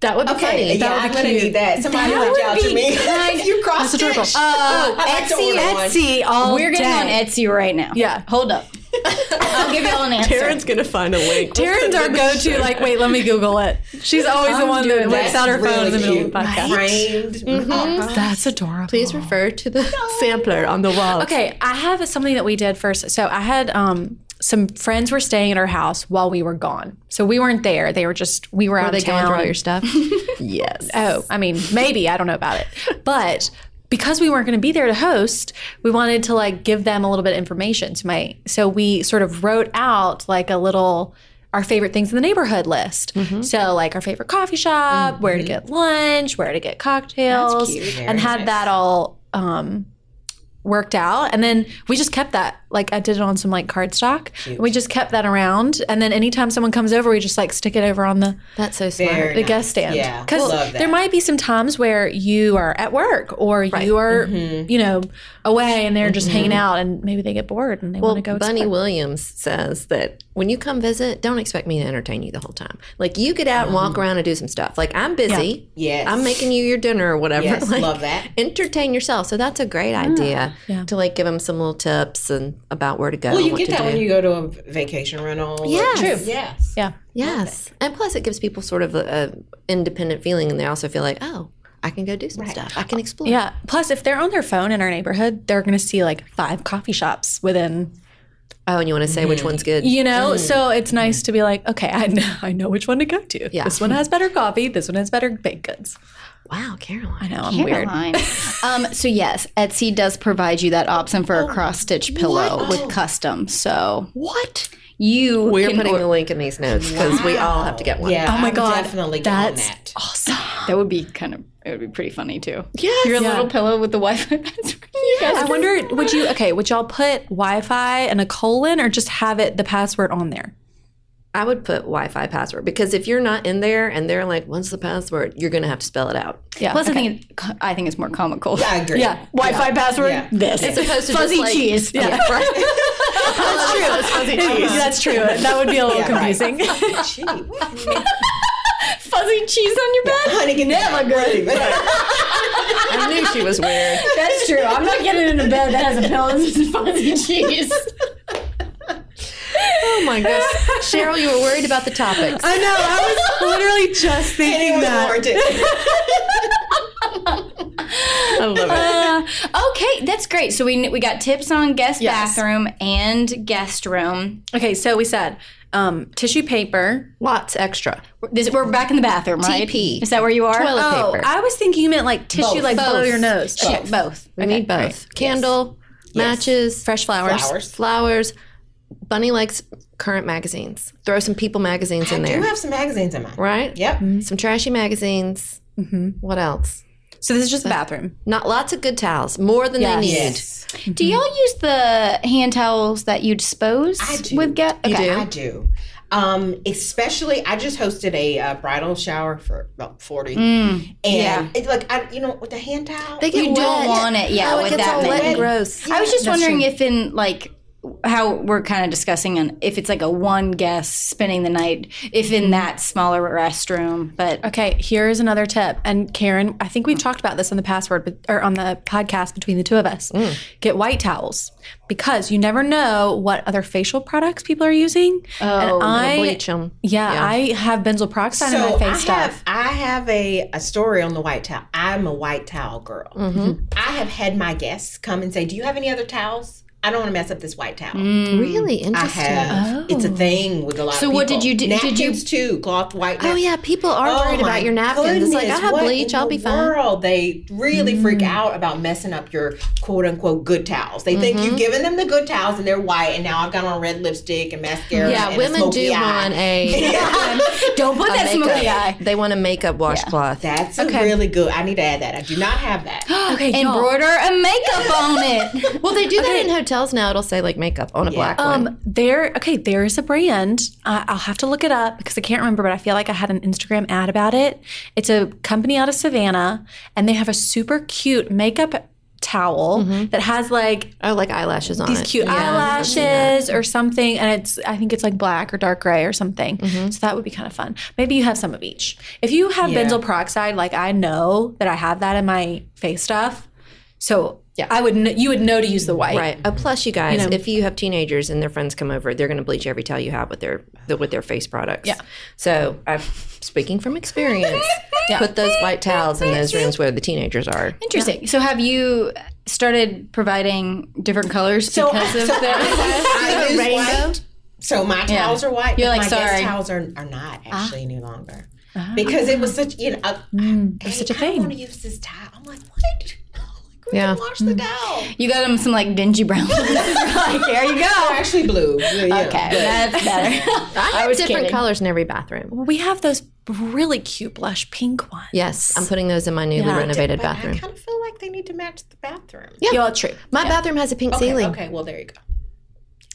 Speaker 3: That would be
Speaker 5: Okay,
Speaker 3: funny.
Speaker 5: yeah,
Speaker 1: would
Speaker 5: I'm
Speaker 1: be
Speaker 5: gonna
Speaker 1: cute.
Speaker 5: need that. Somebody reach out to me. you cross stitch.
Speaker 1: adorable.
Speaker 5: Uh, Etsy,
Speaker 1: Etsy all
Speaker 2: We're getting on
Speaker 1: day.
Speaker 2: Etsy right now.
Speaker 1: Yeah.
Speaker 2: Hold up. I'll give y'all an answer.
Speaker 3: Taryn's gonna find a link.
Speaker 1: Taryn's our go-to. Like, wait, let me Google it. She's always the one that whips out her phone in the middle of the podcast.
Speaker 5: Framed. Oh,
Speaker 1: That's adorable.
Speaker 3: Please refer to the sampler on the wall.
Speaker 1: Okay, I have something that we did first. So I had um, some friends were staying at our house while we were gone. So we weren't there. They were just we were, out
Speaker 3: Are they
Speaker 1: of town.
Speaker 3: going through all your stuff? yes.
Speaker 1: oh, I mean, maybe I don't know about it, but because we weren't going to be there to host, we wanted to like give them a little bit of information. So my so we sort of wrote out like a little our favorite things in the neighborhood list.
Speaker 3: Mm-hmm.
Speaker 1: So like our favorite coffee shop, where to get lunch, where to get cocktails, and had that all. Um, worked out and then we just kept that like i did it on some like cardstock and we just kept that around and then anytime someone comes over we just like stick it over on the
Speaker 3: That's so smart.
Speaker 5: Very
Speaker 1: the
Speaker 5: nice.
Speaker 1: guest stand.
Speaker 5: Yeah,
Speaker 1: because
Speaker 5: love that.
Speaker 1: there might be some times where you are at work or you are,
Speaker 5: Mm-hmm.
Speaker 1: you know, away and they're just hanging out, and maybe they get bored and they
Speaker 3: Well,
Speaker 1: want to go.
Speaker 3: Bunny
Speaker 1: explore.
Speaker 3: Williams says that when you come visit, don't expect me to entertain you the whole time. Like you get out and walk
Speaker 5: Um,
Speaker 3: around and do some stuff. Like I'm busy.
Speaker 5: Yes.
Speaker 3: I'm making you your dinner or whatever.
Speaker 5: Yes,
Speaker 3: like,
Speaker 5: love that.
Speaker 3: Entertain yourself. So that's a great idea
Speaker 1: Ah, Yeah.
Speaker 3: to like give them some little tips and about where to go.
Speaker 5: Well,
Speaker 3: and
Speaker 5: you
Speaker 3: what
Speaker 5: get
Speaker 3: to
Speaker 5: that
Speaker 3: do.
Speaker 5: when you go to a vacation rental.
Speaker 3: Yes. True.
Speaker 5: Yes.
Speaker 1: yeah,
Speaker 3: Yes, and plus it gives people sort of a, a independent feeling, and they also feel like, oh, I can go do some stuff. I can explore.
Speaker 1: yeah. Plus, if they're on their phone in our neighborhood, they're going to see like five coffee shops within
Speaker 3: Oh, and you want to say
Speaker 5: Mm-hmm.
Speaker 3: which one's good?
Speaker 1: You know,
Speaker 3: Mm.
Speaker 1: so it's nice to be like, okay, I know, I know which one to go to.
Speaker 3: Yeah.
Speaker 1: This one has better coffee. This one has better baked goods.
Speaker 3: Wow, Caroline.
Speaker 1: I know, I'm weird.
Speaker 2: Caroline. um, so yes, Etsy does provide you that option
Speaker 3: Oh,
Speaker 2: for a cross stitch pillow with custom. So
Speaker 3: What?
Speaker 2: you
Speaker 3: We're
Speaker 2: can
Speaker 3: putting
Speaker 2: or-
Speaker 3: a link in these notes because we all have to get one.
Speaker 5: Yeah.
Speaker 1: Oh my
Speaker 5: I'm
Speaker 1: God,
Speaker 5: Definitely
Speaker 1: that's oh,
Speaker 5: getting that.
Speaker 1: Awesome.
Speaker 2: that would be kind of it would be pretty funny too.
Speaker 3: Yes.
Speaker 2: Your
Speaker 1: Yeah.
Speaker 2: little pillow with the Wi-Fi password. You
Speaker 1: I wonder, would you okay? Would y'all put Wi-Fi and a colon, or just have it the password on there?
Speaker 3: I would put Wi-Fi password because if you're not in there and they're like, "What's the password?" You're gonna have to spell it out.
Speaker 1: Yeah.
Speaker 2: Plus, I think it, I think it's more comical.
Speaker 5: I agree.
Speaker 1: yeah. Wi-Fi password.
Speaker 5: Yeah.
Speaker 1: This. It's
Speaker 3: opposed to
Speaker 2: Fuzzy cheese.
Speaker 3: Yeah.
Speaker 1: that's true. That's true. That would be a little
Speaker 5: Yeah, right.
Speaker 1: confusing.
Speaker 5: Gee, what?
Speaker 2: Fuzzy cheese on your bed.
Speaker 5: Honey, get never agree.
Speaker 3: I knew she was weird.
Speaker 2: That's true. I'm not getting into bed that has a pillow. This is fuzzy cheese.
Speaker 3: Oh my gosh, Cheryl, you were worried about the topics.
Speaker 1: I know. I was literally just thinking that.
Speaker 3: I love it.
Speaker 2: Uh, okay, that's great. So we we got tips on guest
Speaker 1: Yes.
Speaker 2: bathroom and guest room.
Speaker 1: Okay, so we said um, tissue paper.
Speaker 3: Lots extra.
Speaker 2: This, we're back in the bathroom, right?
Speaker 3: TP.
Speaker 2: Is that where you are?
Speaker 3: Toilet
Speaker 1: Oh,
Speaker 3: paper.
Speaker 1: I was thinking you meant like tissue,
Speaker 5: Both.
Speaker 1: like below
Speaker 3: Both.
Speaker 1: your nose.
Speaker 2: Shit, both.
Speaker 3: we need both. Candle, matches,
Speaker 1: Fresh flowers.
Speaker 5: Flowers.
Speaker 3: flowers. Bunny likes current magazines. Throw some People magazines in
Speaker 5: I do
Speaker 3: there,
Speaker 5: have some magazines in mine.
Speaker 3: right?
Speaker 5: Yep.
Speaker 1: Mm.
Speaker 3: Some trashy magazines.
Speaker 5: Mm-hmm.
Speaker 3: What else?
Speaker 1: So this is just the bathroom.
Speaker 3: Not lots of good towels. More than they need.
Speaker 5: Yes.
Speaker 2: Do y'all use the hand towels that you dispose
Speaker 5: I do.
Speaker 2: with guest?
Speaker 3: You do?
Speaker 5: I do. Um, especially, I just hosted a uh, bridal shower for about forty, and
Speaker 2: yeah.
Speaker 5: it's like I, you know, with the hand towel.
Speaker 3: Mm. They get
Speaker 2: You don't
Speaker 3: wet.
Speaker 2: want it, yeah,
Speaker 3: Oh, it
Speaker 2: with
Speaker 3: gets
Speaker 2: that
Speaker 3: all wet
Speaker 2: many.
Speaker 3: and gross.
Speaker 2: I was just wondering if in like how we're kind of discussing on if it's like a one guest spending the night if in that smaller restroom, but
Speaker 1: Okay, here is another tip. And Karen, I think we've talked about this on the password but, or on the podcast between the two of us. Get white towels because you never know what other facial products people are using.
Speaker 2: Oh,
Speaker 1: and I,
Speaker 3: Bleach them.
Speaker 1: Yeah, I have benzoyl peroxide in my
Speaker 5: so I
Speaker 1: face stuff.
Speaker 5: have I have a, a story on the white towel. I'm a white towel girl.
Speaker 3: Mm-hmm.
Speaker 5: I have had my guests come and say, "Do you have any other towels? I don't want to mess up this white towel."
Speaker 3: Really
Speaker 5: Mm-hmm. I
Speaker 3: interesting.
Speaker 5: have. It's a thing with a lot.
Speaker 2: So
Speaker 5: of
Speaker 2: what did
Speaker 5: people.
Speaker 2: you do- did you-
Speaker 5: Napkins too, cloth white.
Speaker 3: Oh yeah, people are
Speaker 5: Oh,
Speaker 3: worried
Speaker 5: my
Speaker 3: about your napkins. It's like I
Speaker 5: goodness,
Speaker 3: have
Speaker 5: what
Speaker 3: bleach,
Speaker 5: in
Speaker 3: I'll
Speaker 5: the
Speaker 3: be fine. Mm.
Speaker 5: World, they really freak out about messing up your quote unquote good towels. They think
Speaker 3: Mm-hmm.
Speaker 5: you've given them the good towels and they're white, and now I've got on red lipstick and mascara.
Speaker 3: Yeah,
Speaker 5: and a
Speaker 3: women
Speaker 5: smoky
Speaker 3: do
Speaker 5: eye.
Speaker 3: want a,
Speaker 2: don't put
Speaker 3: a
Speaker 2: that smoky
Speaker 3: makeup-
Speaker 2: eye.
Speaker 3: They want a makeup washcloth.
Speaker 5: That's a really good. I need to add that. I do not have that.
Speaker 1: okay, y'all.
Speaker 2: Embroider a makeup on it.
Speaker 3: Well, they do that in hotels now. It'll say like makeup on a black one.
Speaker 1: Um, there. Okay, there is a brand. Uh, I'll have to look it up because I can't remember, but I feel like I had an Instagram ad about it. It's a company out of Savannah, and they have a super cute makeup towel that has like
Speaker 3: Oh, like eyelashes on
Speaker 1: these
Speaker 3: it.
Speaker 1: cute eyelashes or something, and it's I think it's like black or dark gray or something.
Speaker 3: Mm-hmm.
Speaker 1: So that would be kind of fun. Maybe you have some of each. If you have benzoyl peroxide, like I know that I have that in my face stuff, so
Speaker 3: Yeah.
Speaker 1: I would kn- you would know to use the white.
Speaker 3: Right. Oh, plus, you guys, if you have teenagers and their friends come over, they're going to bleach every towel you have with their the, with their face products. Yeah. So, I'm speaking from experience. Put those white towels in those rooms where the teenagers are.
Speaker 2: Interesting. So have you started providing different colors
Speaker 5: So,
Speaker 2: because of
Speaker 5: so
Speaker 2: the
Speaker 5: I, I use
Speaker 2: rainbow?
Speaker 5: white. So my towels are white.
Speaker 2: You're
Speaker 5: but
Speaker 2: like,
Speaker 5: my guest
Speaker 2: sorry.
Speaker 5: towels are, are not actually any longer. Because it was such, you know, I, hey,
Speaker 1: such a
Speaker 5: I
Speaker 1: thing.
Speaker 5: want to use this towel. I'm like, what? No, like, we
Speaker 3: Yeah.
Speaker 5: can wash the towel.
Speaker 2: You got them some like dingy brown. like there you go.
Speaker 5: They're actually blue. Yeah, yeah.
Speaker 2: Okay, that's better.
Speaker 3: I have different
Speaker 2: kidding.
Speaker 3: colors in every bathroom.
Speaker 1: We have those really cute blush pink ones.
Speaker 3: Yes, I'm putting those in my newly renovated
Speaker 5: But I
Speaker 3: bathroom.
Speaker 5: kind of feel like they need to match the bathroom.
Speaker 1: Yeah, yeah true.
Speaker 3: My bathroom has a pink ceiling,
Speaker 5: Okay, well there you go.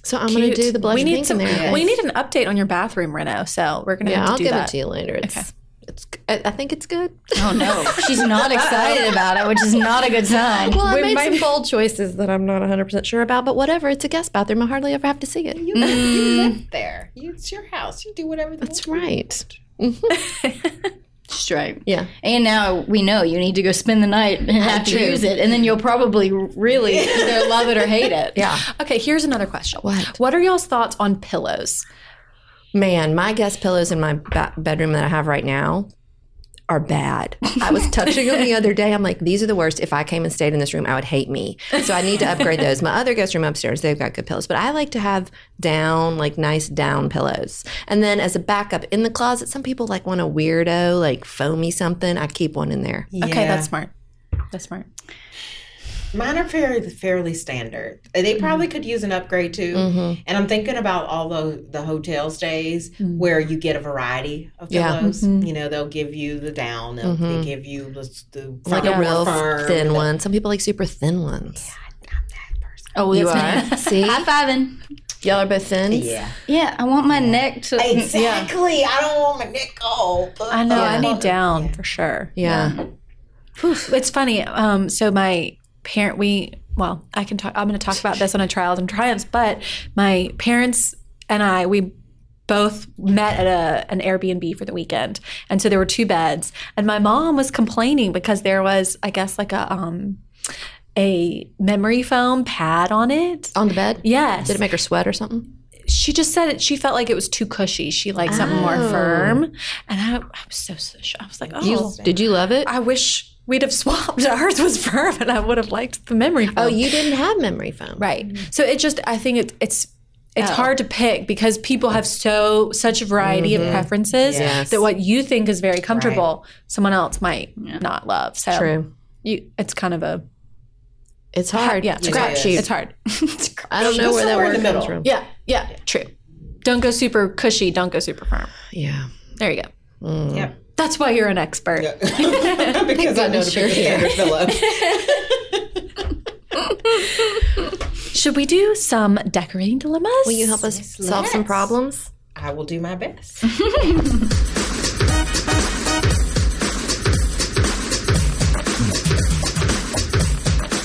Speaker 3: so I'm going to do the blush
Speaker 1: we need
Speaker 3: pink
Speaker 1: some.
Speaker 3: in there.
Speaker 1: We need an update on your bathroom reno, so we're gonna
Speaker 3: yeah,
Speaker 1: have to
Speaker 3: I'll
Speaker 1: do
Speaker 3: give
Speaker 1: that.
Speaker 3: it to you later. It's, it's. I I think it's good.
Speaker 2: Oh no, she's not excited about it, which is not a good sign.
Speaker 3: Well, I made some bold choices that I'm not 100% sure about, but whatever. It's a guest bathroom. I hardly ever have to see it.
Speaker 5: You, you live there. You, it's your house. You do whatever. The
Speaker 3: That's right.
Speaker 2: That's right.
Speaker 3: Yeah.
Speaker 2: And now we know you need to go spend the night and have to use it, and then you'll probably really either love it or hate it.
Speaker 3: Yeah.
Speaker 1: Okay, here's another question.
Speaker 3: What?
Speaker 1: What are y'all's thoughts on pillows?
Speaker 3: Man, my guest pillows in my ba- bedroom that I have right now are bad. I was touching them the other day. I'm like, these are the worst. If I came and stayed in this room, I would hate me. So I need to upgrade those. My other guest room upstairs, they've got good pillows, but I like to have down, like nice down pillows. And then as a backup in the closet, some people like want a weirdo, like foamy something. I keep one in there.
Speaker 1: Okay, that's smart. That's smart.
Speaker 5: Mine are fairly fairly standard. They
Speaker 3: Mm-hmm.
Speaker 5: probably could use an upgrade too. And I'm thinking about all the the hotel stays where you get a variety of
Speaker 3: Mm-hmm. Yeah. Mm-hmm.
Speaker 5: pillows. You know, they'll give you the down, they'll they give you the, the
Speaker 3: Like
Speaker 5: firm-
Speaker 3: a real
Speaker 5: firm,
Speaker 3: thin
Speaker 5: the-
Speaker 3: one. Some people like super thin ones.
Speaker 2: Oh,
Speaker 3: You
Speaker 2: that's
Speaker 3: are.
Speaker 2: nice.
Speaker 3: See?
Speaker 2: High fiving.
Speaker 3: Y'all are both thin.
Speaker 5: Yeah,
Speaker 2: Yeah, I want my neck to. Yeah.
Speaker 5: exactly. I don't want my neck cold.
Speaker 1: I know. I
Speaker 3: Yeah.
Speaker 1: need down for sure.
Speaker 3: Yeah.
Speaker 1: It's funny. Um, so my parent, we well, I can talk. I'm going to talk about this on a trials and triumphs, but my parents and I, we both met at a an Airbnb for the weekend, and so there were two beds, and my mom was complaining because there was, I guess, like a um, a memory foam pad on it.
Speaker 3: On the bed?
Speaker 1: Yes,
Speaker 3: Did it make her sweat or something?
Speaker 1: she just said it. She felt like it was too cushy. She liked something more
Speaker 3: Oh.
Speaker 1: firm, and I, I was so, so sh- I was like, oh,
Speaker 3: You, did you love it?
Speaker 1: I wish we'd have swapped. Ours was firm, and I would have liked the memory. Foam.
Speaker 3: oh, you didn't have memory foam.
Speaker 1: right. So it just, I think it, it's it's hard to pick because people have so such a variety of preferences
Speaker 3: Mm-hmm. Yes.
Speaker 1: that what you think is very comfortable, someone else might not love. So
Speaker 3: True.
Speaker 1: you, it's kind of a
Speaker 3: It's hard.
Speaker 1: yeah,
Speaker 3: It's a
Speaker 1: it's hard.
Speaker 3: crapshoot.
Speaker 1: It's hard.
Speaker 3: I don't know
Speaker 5: Just
Speaker 3: where that
Speaker 5: somewhere
Speaker 3: word
Speaker 5: in the
Speaker 3: comes
Speaker 5: middle.
Speaker 3: from.
Speaker 1: Yeah, yeah, true. Don't go super cushy. Don't go super firm.
Speaker 3: Yeah. Mm.
Speaker 1: There you go.
Speaker 5: Yep.
Speaker 1: That's why you're an expert.
Speaker 5: because I know the
Speaker 3: Sure.
Speaker 5: standard pillow.
Speaker 1: Should we do some decorating dilemmas?
Speaker 3: Will you help us solve some problems?
Speaker 5: I will do my best.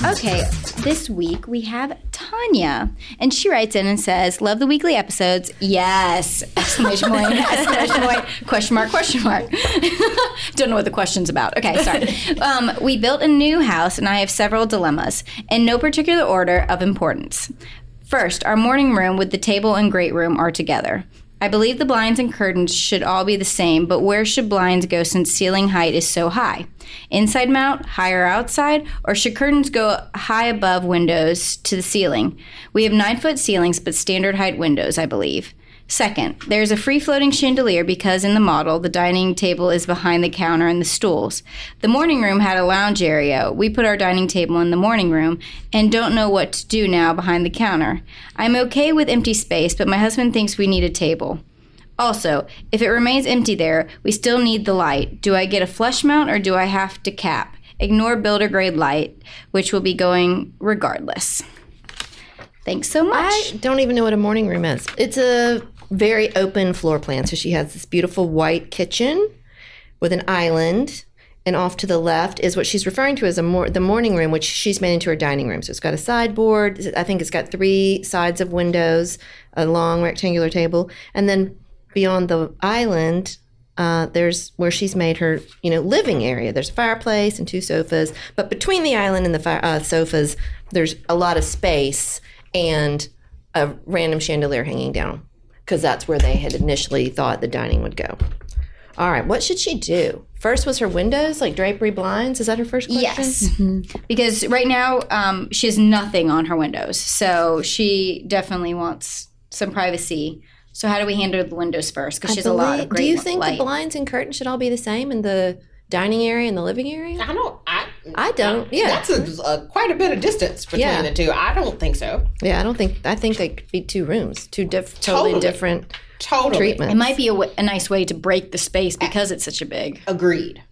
Speaker 2: Okay, this week we have Tanya, and she writes in and says, "Love the weekly episodes." Yes! Exclamation point! Exclamation point! Question mark! Question mark! Don't know what the question's about. Okay, sorry. Um, we built a new house, and I have several dilemmas in no particular order of importance. First, our morning room with the table and great room are together. I believe the blinds and curtains should all be the same, but where should blinds go since ceiling height is so high? Inside mount, higher outside, or should curtains go high above windows to the ceiling? We have nine foot ceilings, but standard height windows, I believe. Second, there is a free floating chandelier because in the model, the dining table is behind the counter and the stools. The morning room had a lounge area. We put our dining table in the morning room and don't know what to do now behind the counter. I'm okay with empty space, but my husband thinks we need a table. Also, if it remains empty there, we still need the light. Do I get a flush mount or do I have to cap? Ignore builder grade light, which will be going regardless. Thanks so much.
Speaker 3: I don't even know what a morning room is. It's a very open floor plan. So she has this beautiful white kitchen with an island. And off to the left is what she's referring to as a mor- the morning room, which she's made into her dining room. So it's got a sideboard. I think it's got three sides of windows, a long rectangular table, and then beyond the island, uh, there's where she's made her you know living area. There's a fireplace and two sofas, but between the island and the fi- uh, sofas, there's a lot of space and a random chandelier hanging down because that's where they had initially thought the dining would go. All right, what should she do? First was her windows, like drapery blinds. Is that her first question?
Speaker 2: Yes.
Speaker 3: Mm-hmm.
Speaker 2: Because right now um, she has nothing on her windows. So she definitely wants some privacy. So how do we handle the windows first? Because she has a lot of
Speaker 3: do
Speaker 2: great
Speaker 3: you think
Speaker 2: light.
Speaker 3: the blinds and curtains should all be the same in the dining area and the living area?
Speaker 5: I don't. I.
Speaker 3: I don't. Yeah.
Speaker 5: That's a, a, quite a bit of distance between
Speaker 3: Yeah.
Speaker 5: the two. I don't think so.
Speaker 3: Yeah, I don't think I think they could be two rooms, two diff- totally,
Speaker 5: Totally.
Speaker 3: different
Speaker 5: Totally
Speaker 3: treatments.
Speaker 2: it might be a, w- a nice way to break the space because it's such a big.
Speaker 5: agreed.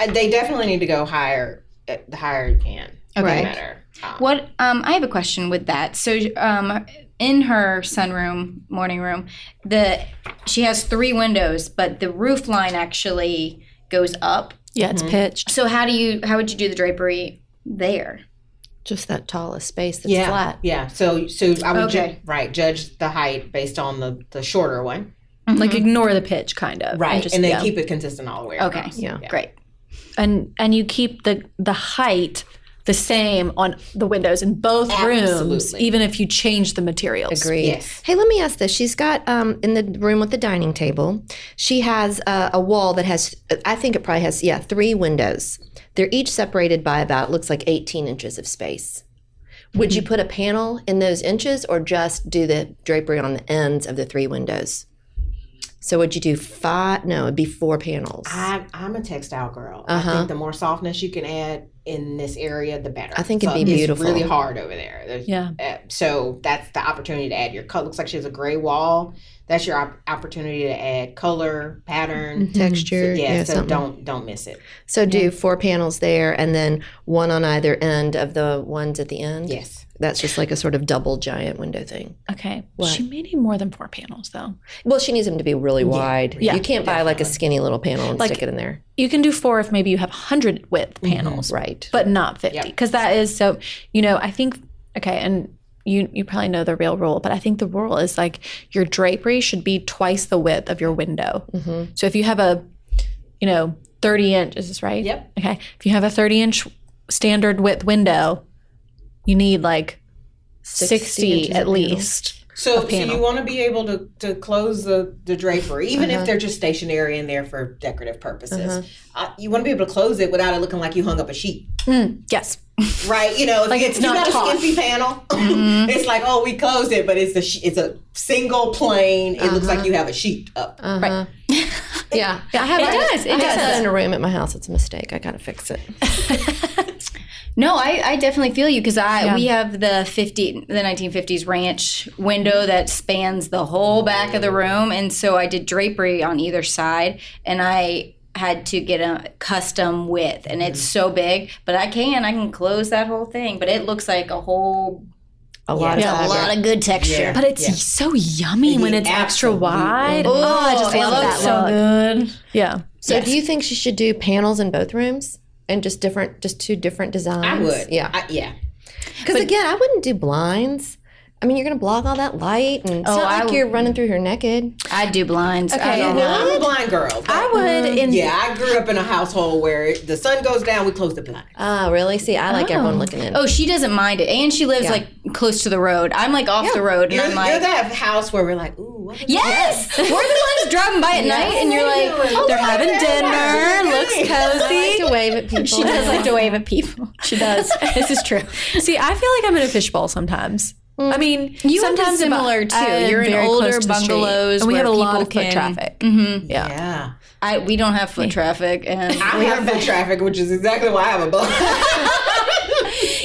Speaker 5: Uh, They definitely need to go higher. uh, The higher you can, the
Speaker 3: Right.
Speaker 5: better. Um,
Speaker 2: What um, I have a question with that. So um, in her sunroom, morning room, the she has three windows, but the roof line actually goes up.
Speaker 1: Yeah, it's pitched.
Speaker 2: So how do you how would you do the drapery there?
Speaker 3: Just that tallest space that's
Speaker 5: yeah,
Speaker 3: flat.
Speaker 5: yeah. So, so I would ju-
Speaker 2: Okay.
Speaker 5: right judge the height based on the the shorter one,
Speaker 2: Mm-hmm.
Speaker 1: Like ignore the pitch, kind of.
Speaker 5: right, and,
Speaker 1: just-
Speaker 5: then
Speaker 1: yeah.
Speaker 5: keep it consistent all the way.
Speaker 2: Okay.
Speaker 5: across.
Speaker 3: Yeah.
Speaker 2: Great.
Speaker 1: and and you keep the the height the same on the windows in both rooms,
Speaker 5: Absolutely.
Speaker 1: even if you change the materials.
Speaker 3: Agreed.
Speaker 5: Yes.
Speaker 3: Hey, let me ask this. She's got um, in the room with the dining table. She has a, a wall that has. I think it probably has. Yeah, three windows. They're each separated by about looks like eighteen inches of space. Would
Speaker 5: Mm-hmm.
Speaker 3: you put a panel in those inches, or just do the drapery on the ends of the three windows? So would you do five? No, it'd be four panels. I,
Speaker 5: I, I'm a textile girl. I
Speaker 3: Uh-huh.
Speaker 5: think the more softness you can add in this area, the better.
Speaker 3: I think it'd
Speaker 5: So
Speaker 3: be
Speaker 5: it's
Speaker 3: beautiful.
Speaker 5: really hard over there. There's-
Speaker 1: Yeah.
Speaker 5: uh, so that's the opportunity to add your color. Looks like she has a gray wall. That's your op- opportunity to add color, pattern,
Speaker 3: Mm-hmm. Texture,
Speaker 5: So, yeah,
Speaker 3: yeah,
Speaker 5: so
Speaker 3: something.
Speaker 5: don't don't miss it.
Speaker 3: So do four panels there, and then one on either end of the ones at the end.
Speaker 5: Yes.
Speaker 3: that's just like a sort of double giant window thing.
Speaker 1: Okay.
Speaker 3: What?
Speaker 1: She may need more than four panels though.
Speaker 3: Well, she needs them to be really wide.
Speaker 1: Yeah,
Speaker 3: you can't buy like a skinny little panel and stick it in there.
Speaker 1: You can do four if maybe you have 100 width panels,
Speaker 3: Right.
Speaker 1: but not 50
Speaker 5: Yep.
Speaker 1: because that is so you know i think okay and you you probably know the real rule but i think the rule is like your drapery should be twice the width of your window
Speaker 3: Mm-hmm.
Speaker 1: so if you have a you know 30 inch is this right
Speaker 5: Yep.
Speaker 1: okay if you have a 30 inch standard width window you need like 60,
Speaker 3: 60 inches
Speaker 1: at
Speaker 3: of panel.
Speaker 1: least
Speaker 5: So, so
Speaker 1: panel.
Speaker 5: you want to be able to, to close the, the drapery, even
Speaker 1: Uh-huh.
Speaker 5: if they're just stationary in there for decorative purposes. uh you want to be able to close it without it looking like you hung up a sheet,
Speaker 1: yes
Speaker 5: right? You know, if
Speaker 1: Like
Speaker 5: you-
Speaker 1: it's
Speaker 5: if you
Speaker 1: not Mm-hmm.
Speaker 5: got
Speaker 1: taut.
Speaker 5: a skimpy panel. it's like, oh, we closed it, but it's a she- it's a single plane. It looks
Speaker 1: Uh-huh.
Speaker 5: like you have a sheet up.
Speaker 1: right
Speaker 3: yeah.
Speaker 1: yeah i have
Speaker 2: It does. It
Speaker 3: I have that
Speaker 2: does.
Speaker 3: in a room at my house. It's a mistake. I gotta fix it.
Speaker 2: No, I, I definitely feel you because I we have the fifty the nineteen fifties ranch window that spans the whole back of the room, and so I did drapery on either side, and I had to get a custom width, and it's so big, but I can I can close that whole thing, but it looks like a whole
Speaker 3: A lot
Speaker 5: Yeah.
Speaker 2: a
Speaker 3: of
Speaker 2: lot of good texture.
Speaker 5: Yeah.
Speaker 1: but it's
Speaker 5: Yeah.
Speaker 1: so yummy when it's extra
Speaker 5: Absolutely.
Speaker 1: wide.
Speaker 5: Mhm.
Speaker 1: Oh, I just
Speaker 2: it
Speaker 1: love that
Speaker 2: looks
Speaker 1: so
Speaker 2: so
Speaker 1: good. Yeah.
Speaker 3: So do you think she should do panels in both rooms? And just different just two different designs?
Speaker 5: I would.
Speaker 3: Yeah.
Speaker 5: I, yeah.
Speaker 3: Because again, I wouldn't do blinds. I mean, you're gonna block all that light and it's
Speaker 2: Oh,
Speaker 3: not
Speaker 2: I
Speaker 3: like you're running through here naked.
Speaker 2: I do blinds. I
Speaker 1: Okay,
Speaker 2: don't
Speaker 1: well,
Speaker 2: know.
Speaker 5: I'm a blind girl.
Speaker 1: Uh-huh. I would in
Speaker 5: yeah, I grew up in a household where it- the sun goes down, we close the blind.
Speaker 3: Oh, really? See, I like everyone looking in.
Speaker 2: Oh, she doesn't mind it, and she lives like close to the road. I'm like off the road, and
Speaker 5: You're,
Speaker 2: I'm like.
Speaker 5: you're that house where we're like, ooh, what is
Speaker 2: Yes, we're the ones driving by at night, and you're like,
Speaker 1: They're having dinner. Looks
Speaker 3: I
Speaker 1: cozy.
Speaker 3: like to wave at people.
Speaker 2: She does like to wave at people.
Speaker 1: She does. this is true. See, I feel like I'm in a fishbowl sometimes. I mean,
Speaker 2: Mm. You have
Speaker 1: sometimes
Speaker 2: the
Speaker 1: I'm-
Speaker 2: similar, too.
Speaker 1: I am
Speaker 2: You're in
Speaker 1: very
Speaker 2: older
Speaker 1: close to the street,
Speaker 2: bungalows
Speaker 1: and we
Speaker 2: where
Speaker 1: have a lot
Speaker 2: people
Speaker 1: of foot
Speaker 2: can-
Speaker 1: traffic. Yeah.
Speaker 5: Yeah.
Speaker 2: I we don't have foot traffic, and
Speaker 5: I have foot traffic, which is exactly why I have a blind.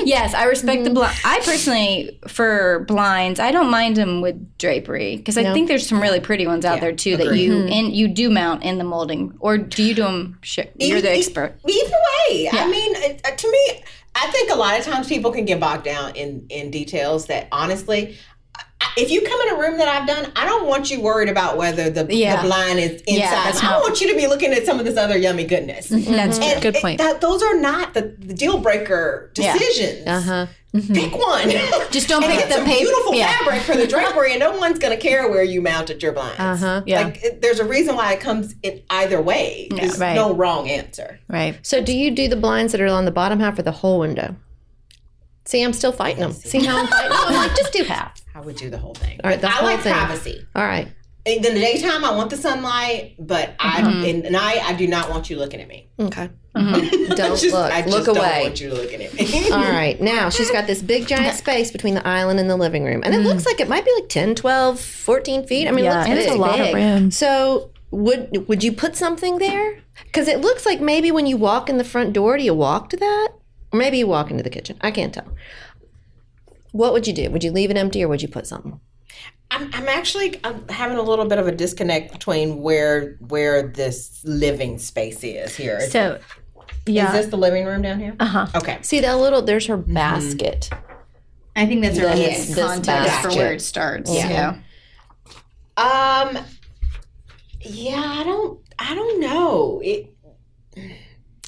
Speaker 2: yes, I respect the blind. I personally, for blinds, I don't mind them with drapery because I think there's some really pretty ones out there too that
Speaker 5: agreed.
Speaker 2: you and you do mount in the molding, or do you do them? You're the
Speaker 5: E- e-
Speaker 2: expert.
Speaker 5: Either way, I mean, it- uh, to me, I think a lot of times people can get bogged down in in details that honestly. I- If you come in a room that I've done, I don't want you worried about whether the,
Speaker 2: Yeah.
Speaker 5: the blind is inside.
Speaker 2: that's
Speaker 5: I
Speaker 2: not- Mm-hmm.
Speaker 5: want you to be looking at some of this other yummy goodness.
Speaker 1: That's true.
Speaker 5: And
Speaker 1: Good
Speaker 5: it-
Speaker 1: point.
Speaker 5: that, those are not the, the deal breaker decisions.
Speaker 3: Uh-huh.
Speaker 5: Pick one.
Speaker 2: Mm-hmm. Just don't
Speaker 5: and
Speaker 2: pick
Speaker 5: get
Speaker 2: the
Speaker 5: some
Speaker 2: paper-
Speaker 5: beautiful
Speaker 2: yeah.
Speaker 5: fabric for the drapery, and no one's going to care where you mounted your blinds.
Speaker 3: Uh-huh.
Speaker 1: Yeah.
Speaker 5: Like it- there's a reason why it comes in either way. There's
Speaker 1: Right.
Speaker 5: no wrong answer.
Speaker 1: right.
Speaker 3: So do you do the blinds that are on the bottom half or the whole window? See, I'm still fighting them. See how I'm fighting them? I'm like, just do half.
Speaker 5: I would do the whole thing.
Speaker 3: All right, the
Speaker 5: I
Speaker 3: whole
Speaker 5: like
Speaker 3: thing.
Speaker 5: privacy.
Speaker 3: All right.
Speaker 5: In the daytime, I want the sunlight, but I
Speaker 3: Mm-hmm.
Speaker 5: in the night, I do not want you looking at me.
Speaker 3: Okay.
Speaker 5: I
Speaker 3: Don't
Speaker 5: just-
Speaker 3: look.
Speaker 5: I just
Speaker 3: look
Speaker 5: don't
Speaker 3: away.
Speaker 5: want you looking at me.
Speaker 3: All right. Now she's got this big giant space between the island and the living room. And it looks like it might be like 10, 12, 14 feet. I mean,
Speaker 1: Mm. Yeah,
Speaker 3: it looks
Speaker 1: it's a
Speaker 3: big.
Speaker 1: lot of room.
Speaker 3: So would would you put something there? Because it looks like maybe when you walk in the front door, do you walk to that? Or maybe you walk into the kitchen. I can't tell. What would you do? Would you leave it empty or would you put something?
Speaker 5: I'm, I'm actually I'm having a little bit of a disconnect between where where this living space is here. Is,
Speaker 1: So,
Speaker 5: is
Speaker 1: yeah.
Speaker 5: this the living room down here? Uh
Speaker 1: Uh-huh.
Speaker 5: Okay.
Speaker 3: See that little? There's her
Speaker 1: Mm-hmm.
Speaker 3: basket.
Speaker 2: I think that's a really
Speaker 3: This-
Speaker 2: good
Speaker 3: this
Speaker 2: context for
Speaker 3: basket.
Speaker 2: where it starts.
Speaker 3: Yeah.
Speaker 2: Yeah.
Speaker 5: Um. Yeah, I don't. I don't know. It.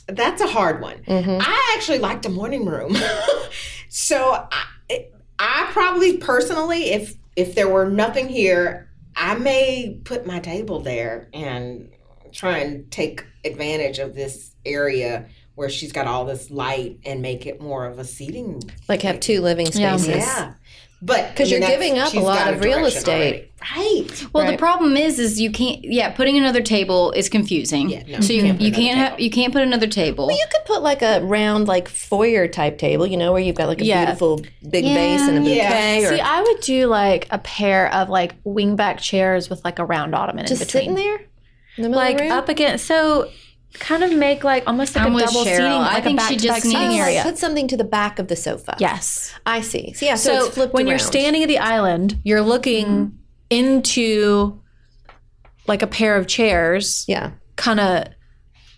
Speaker 5: That's a hard one.
Speaker 3: Mm-hmm.
Speaker 5: I actually like the morning room, so I, it, I probably personally, if if there were nothing here, I may put my table there and try and take advantage of this area where she's got all this light and make it more of a seating.
Speaker 3: Like have two living
Speaker 4: Yeah.
Speaker 3: spaces.
Speaker 5: Yeah. But
Speaker 3: 'Cause
Speaker 5: I mean,
Speaker 3: you're
Speaker 5: that's-
Speaker 3: giving up a
Speaker 5: she's
Speaker 3: lot
Speaker 5: got
Speaker 3: of real
Speaker 5: direction
Speaker 3: estate.
Speaker 5: already. Right.
Speaker 4: Well, the
Speaker 3: Right.
Speaker 4: problem is, is you can't. Yeah, putting another table is confusing.
Speaker 5: Yeah, no,
Speaker 4: so you
Speaker 5: you can't put
Speaker 4: you
Speaker 5: another
Speaker 4: can't have
Speaker 5: table.
Speaker 4: you can't put another table.
Speaker 3: You could put like a round, like foyer type table, you know, where you've got like a
Speaker 4: Yeah.
Speaker 3: beautiful big
Speaker 4: Yeah.
Speaker 3: vase and a bouquet.
Speaker 5: Yeah.
Speaker 3: Or
Speaker 6: See, I would do like a pair of like wingback chairs with like a round ottoman in
Speaker 3: just sitting
Speaker 6: between.
Speaker 3: there, in the middle
Speaker 6: like
Speaker 3: of the room?
Speaker 6: up against so kind of make like almost like
Speaker 4: I'm
Speaker 6: a
Speaker 4: with
Speaker 6: double
Speaker 4: Cheryl.
Speaker 6: seating
Speaker 4: I
Speaker 6: like
Speaker 4: think
Speaker 6: a
Speaker 4: she
Speaker 6: back-to-back
Speaker 4: just
Speaker 6: seating
Speaker 4: needs-
Speaker 3: Oh,
Speaker 6: area
Speaker 3: Put something to the back of the sofa.
Speaker 6: yes
Speaker 3: I see. So yeah, so,
Speaker 6: so
Speaker 3: it's flipped
Speaker 6: when you're
Speaker 3: around. Mm-hmm.
Speaker 6: standing at the island you're looking into like a pair of chairs
Speaker 3: yeah,
Speaker 6: kind of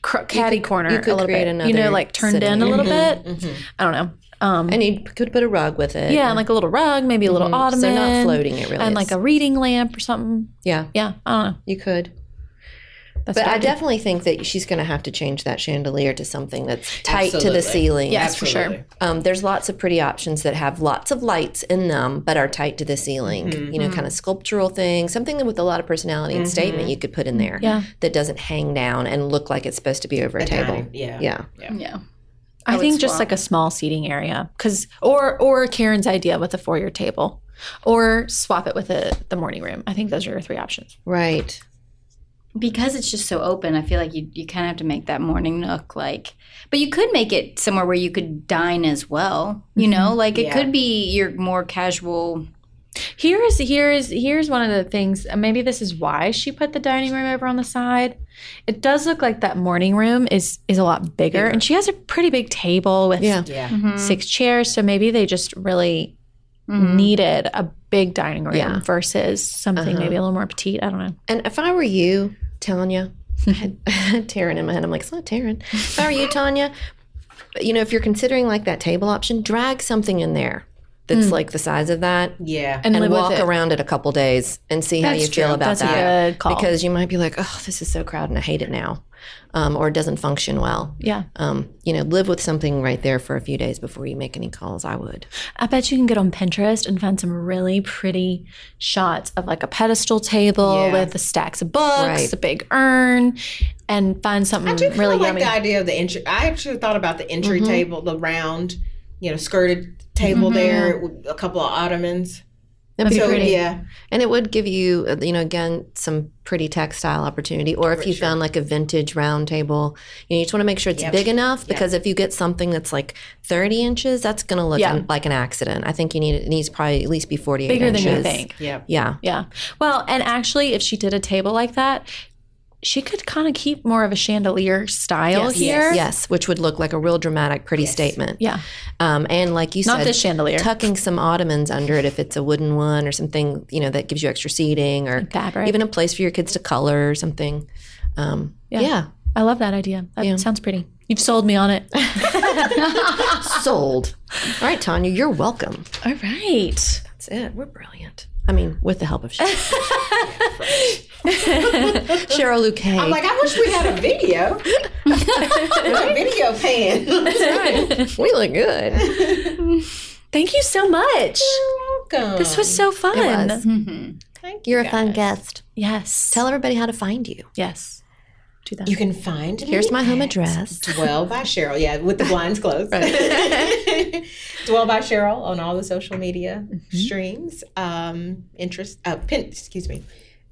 Speaker 6: cr- caddy corner
Speaker 3: you could
Speaker 6: a little
Speaker 3: create
Speaker 6: bit
Speaker 3: another
Speaker 6: you know like turned
Speaker 3: sitting Mm-hmm.
Speaker 6: in a little
Speaker 5: Mhm,
Speaker 6: bit
Speaker 5: mhm.
Speaker 6: i don't know um
Speaker 3: and you could put a rug with it.
Speaker 6: yeah and like a little rug maybe a little
Speaker 3: Mhm.
Speaker 6: ottoman
Speaker 3: So they're not floating. It really
Speaker 6: and
Speaker 3: is.
Speaker 6: like a reading lamp or something
Speaker 3: yeah,
Speaker 6: yeah i don't know
Speaker 3: you could.
Speaker 6: that's
Speaker 3: But
Speaker 6: what
Speaker 3: I
Speaker 6: do.
Speaker 3: definitely think that she's going to have to change that chandelier to something that's tight to
Speaker 5: Absolutely.
Speaker 3: the ceiling.
Speaker 6: Yes, for sure.
Speaker 5: Absolutely.
Speaker 3: Um, there's lots of pretty options that have lots of lights in them, but are tight to the ceiling. You
Speaker 6: Mm-hmm.
Speaker 3: know, kind of sculptural thing, something that with a lot of personality and statement you could put in there.
Speaker 6: Yeah.
Speaker 3: That doesn't hang down and look like it's supposed to be over a,
Speaker 5: A
Speaker 3: table.
Speaker 5: dining, yeah.
Speaker 3: Yeah.
Speaker 4: yeah,
Speaker 6: I
Speaker 3: Oh,
Speaker 4: I would
Speaker 6: think just
Speaker 4: swap.
Speaker 6: like a small seating area, because or or Karen's idea with a foyer table, or swap it with the the morning room. I think those are your three options.
Speaker 3: Right.
Speaker 4: because it's just so open. I feel like you you kind of have to make that morning nook like. But you could make it somewhere where you could dine as well. You know, like it
Speaker 5: Yeah.
Speaker 4: could be your more casual.
Speaker 6: Here is here is here's one of the things. and Maybe this is why she put the dining room over on the side. It does look like that morning room is is a lot bigger, and she has a pretty big table with
Speaker 3: Yeah.
Speaker 5: Yeah.
Speaker 1: Mm-hmm.
Speaker 6: six chairs. So maybe they just really
Speaker 4: Mhm.
Speaker 1: Mm-hmm.
Speaker 6: needed a big dining room
Speaker 3: Mm-hmm. Yeah.
Speaker 6: versus something
Speaker 3: Uh-huh.
Speaker 6: maybe a little more petite. I don't know.
Speaker 3: And if I were you, Tanya, I had, I had Taryn in my head. I'm like, it's not Taryn. If I were you, Tanya, you know, if you're considering like that table option, drag something in there that's like the size of that
Speaker 5: Yeah.
Speaker 6: Mm. And,
Speaker 3: and,
Speaker 6: live
Speaker 3: walk
Speaker 6: with it.
Speaker 3: around it a couple days and see how
Speaker 6: That's
Speaker 3: you feel
Speaker 6: true.
Speaker 3: about
Speaker 6: That's a
Speaker 3: that.
Speaker 6: good call.
Speaker 3: Because you might be like, oh, this is so crowded and I hate it now, um, or it doesn't function well.
Speaker 6: yeah,
Speaker 3: Um, you know, live with something right there for a few days before you make any calls. I would.
Speaker 6: I bet you can get on Pinterest and find some really pretty shots of like a pedestal table
Speaker 5: Yeah.
Speaker 6: with the stacks of books,
Speaker 3: Right.
Speaker 6: a big urn, and find something
Speaker 5: I do kinda
Speaker 6: Mm-hmm. really
Speaker 5: like
Speaker 6: yummy.
Speaker 5: the idea of the entry. I actually thought about the entry
Speaker 3: Mhm.
Speaker 5: table, the round, you know, skirted table there, with a couple of ottomans.
Speaker 3: That'd be
Speaker 5: so
Speaker 3: pretty.
Speaker 5: yeah,
Speaker 3: And it would give you, uh, you know, again, some pretty textile opportunity. Or if you found like a vintage round table, you, know, you just want to make sure it's
Speaker 5: Yep.
Speaker 3: big enough because if you get something that's like 30 inches, that's going to look
Speaker 6: Yeah.
Speaker 3: an- like an accident. I think you need it needs probably at least be 48
Speaker 6: Bigger than
Speaker 3: inches.
Speaker 6: you think.
Speaker 5: yeah.
Speaker 3: Yeah.
Speaker 6: Yeah. Well, and actually, if she did a table like that, she could kind of keep more of a chandelier style
Speaker 3: Yes.
Speaker 6: here.
Speaker 3: Yes, which would look like a real dramatic, pretty statement.
Speaker 6: Yeah.
Speaker 3: Um, and like you
Speaker 6: Not
Speaker 3: said,
Speaker 6: this chandelier.
Speaker 3: tucking some ottomans under it if it's a wooden one or something, you know, that gives you extra seating or
Speaker 6: fabric.
Speaker 3: even a place for your kids to color or something. Um,
Speaker 6: Yeah.
Speaker 3: yeah.
Speaker 6: I love that idea. That
Speaker 3: Yeah.
Speaker 6: sounds pretty. You've sold me on it.
Speaker 3: Sold. All right, Tanya, you're welcome.
Speaker 6: All right.
Speaker 3: That's it. We're brilliant. I mean, with the help of Cheryl. Cheryl Luque.
Speaker 5: I'm like, I wish we had a video. a video pan.
Speaker 3: we look good.
Speaker 6: Thank you so much.
Speaker 5: Welcome.
Speaker 6: This was so fun.
Speaker 3: was.
Speaker 5: Thank
Speaker 3: You're a fun guest.
Speaker 6: Yes.
Speaker 3: Tell everybody how to find you.
Speaker 6: yes. Do that.
Speaker 5: You can find me
Speaker 3: Here's my home
Speaker 5: at
Speaker 3: address.
Speaker 5: Dwell by Cheryl. Yeah, with the blinds closed. Dwell by Cheryl on all the social media streams. Um, interest. Uh, pin, excuse me.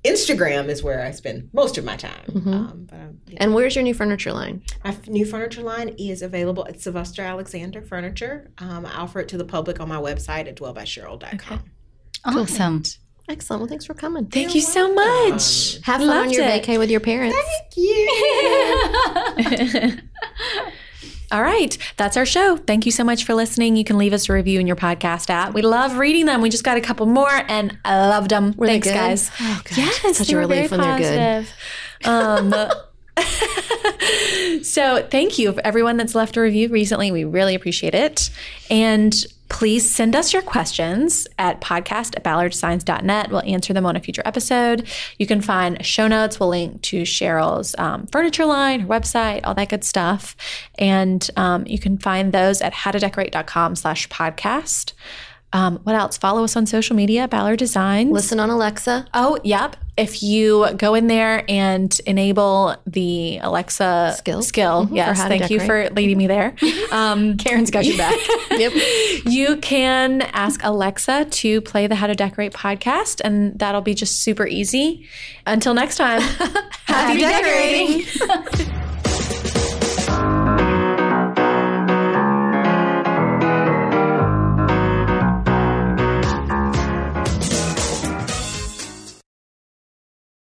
Speaker 5: Instagram is where I spend most of my time. Um, but I'm,
Speaker 3: And where's your new furniture line?
Speaker 5: My f- new furniture line is available at Sylvester Alexander Furniture. Um, I offer it to the public on my website at dwellbycheryl.com.
Speaker 4: Awesome.
Speaker 3: Excellent. Well, thanks for coming.
Speaker 6: Thank you so
Speaker 5: Um,
Speaker 6: much.
Speaker 3: Have fun on
Speaker 6: Loved
Speaker 3: your
Speaker 6: it.
Speaker 3: vacay with your parents.
Speaker 5: Thank you.
Speaker 6: All right. That's our show. Thank you so much for listening. You can leave us a review in your podcast app. We love reading them. We just got a couple more and I loved them.
Speaker 3: they
Speaker 6: Thanks,
Speaker 3: good?
Speaker 6: guys.
Speaker 3: Oh, gosh.
Speaker 6: Yes,
Speaker 3: Such
Speaker 6: they
Speaker 3: a
Speaker 6: were
Speaker 3: relief
Speaker 6: very
Speaker 3: when they're
Speaker 6: positive. Um, so thank you for everyone that's left a review recently. We really appreciate it. And please send us your questions at podcast at ballardsigns.net. We'll answer them on a future episode. You can find show notes. We'll link to Cheryl's um, furniture line, her website, all that good stuff. And um, you can find those at howtodecorate.com slash podcast. Um, what else? Follow us on social media, Ballard Designs.
Speaker 3: Listen on Alexa.
Speaker 6: Oh, yep. If you go in there and enable the Alexa
Speaker 3: Skill.
Speaker 6: skill yes,
Speaker 3: how to
Speaker 6: thank you for
Speaker 3: decorate.
Speaker 6: leading me there. Um,
Speaker 7: Karen's got your back.
Speaker 3: Yep.
Speaker 6: you can ask Alexa to play the How to Decorate podcast, and that'll be just super easy. Until next time, happy decorating.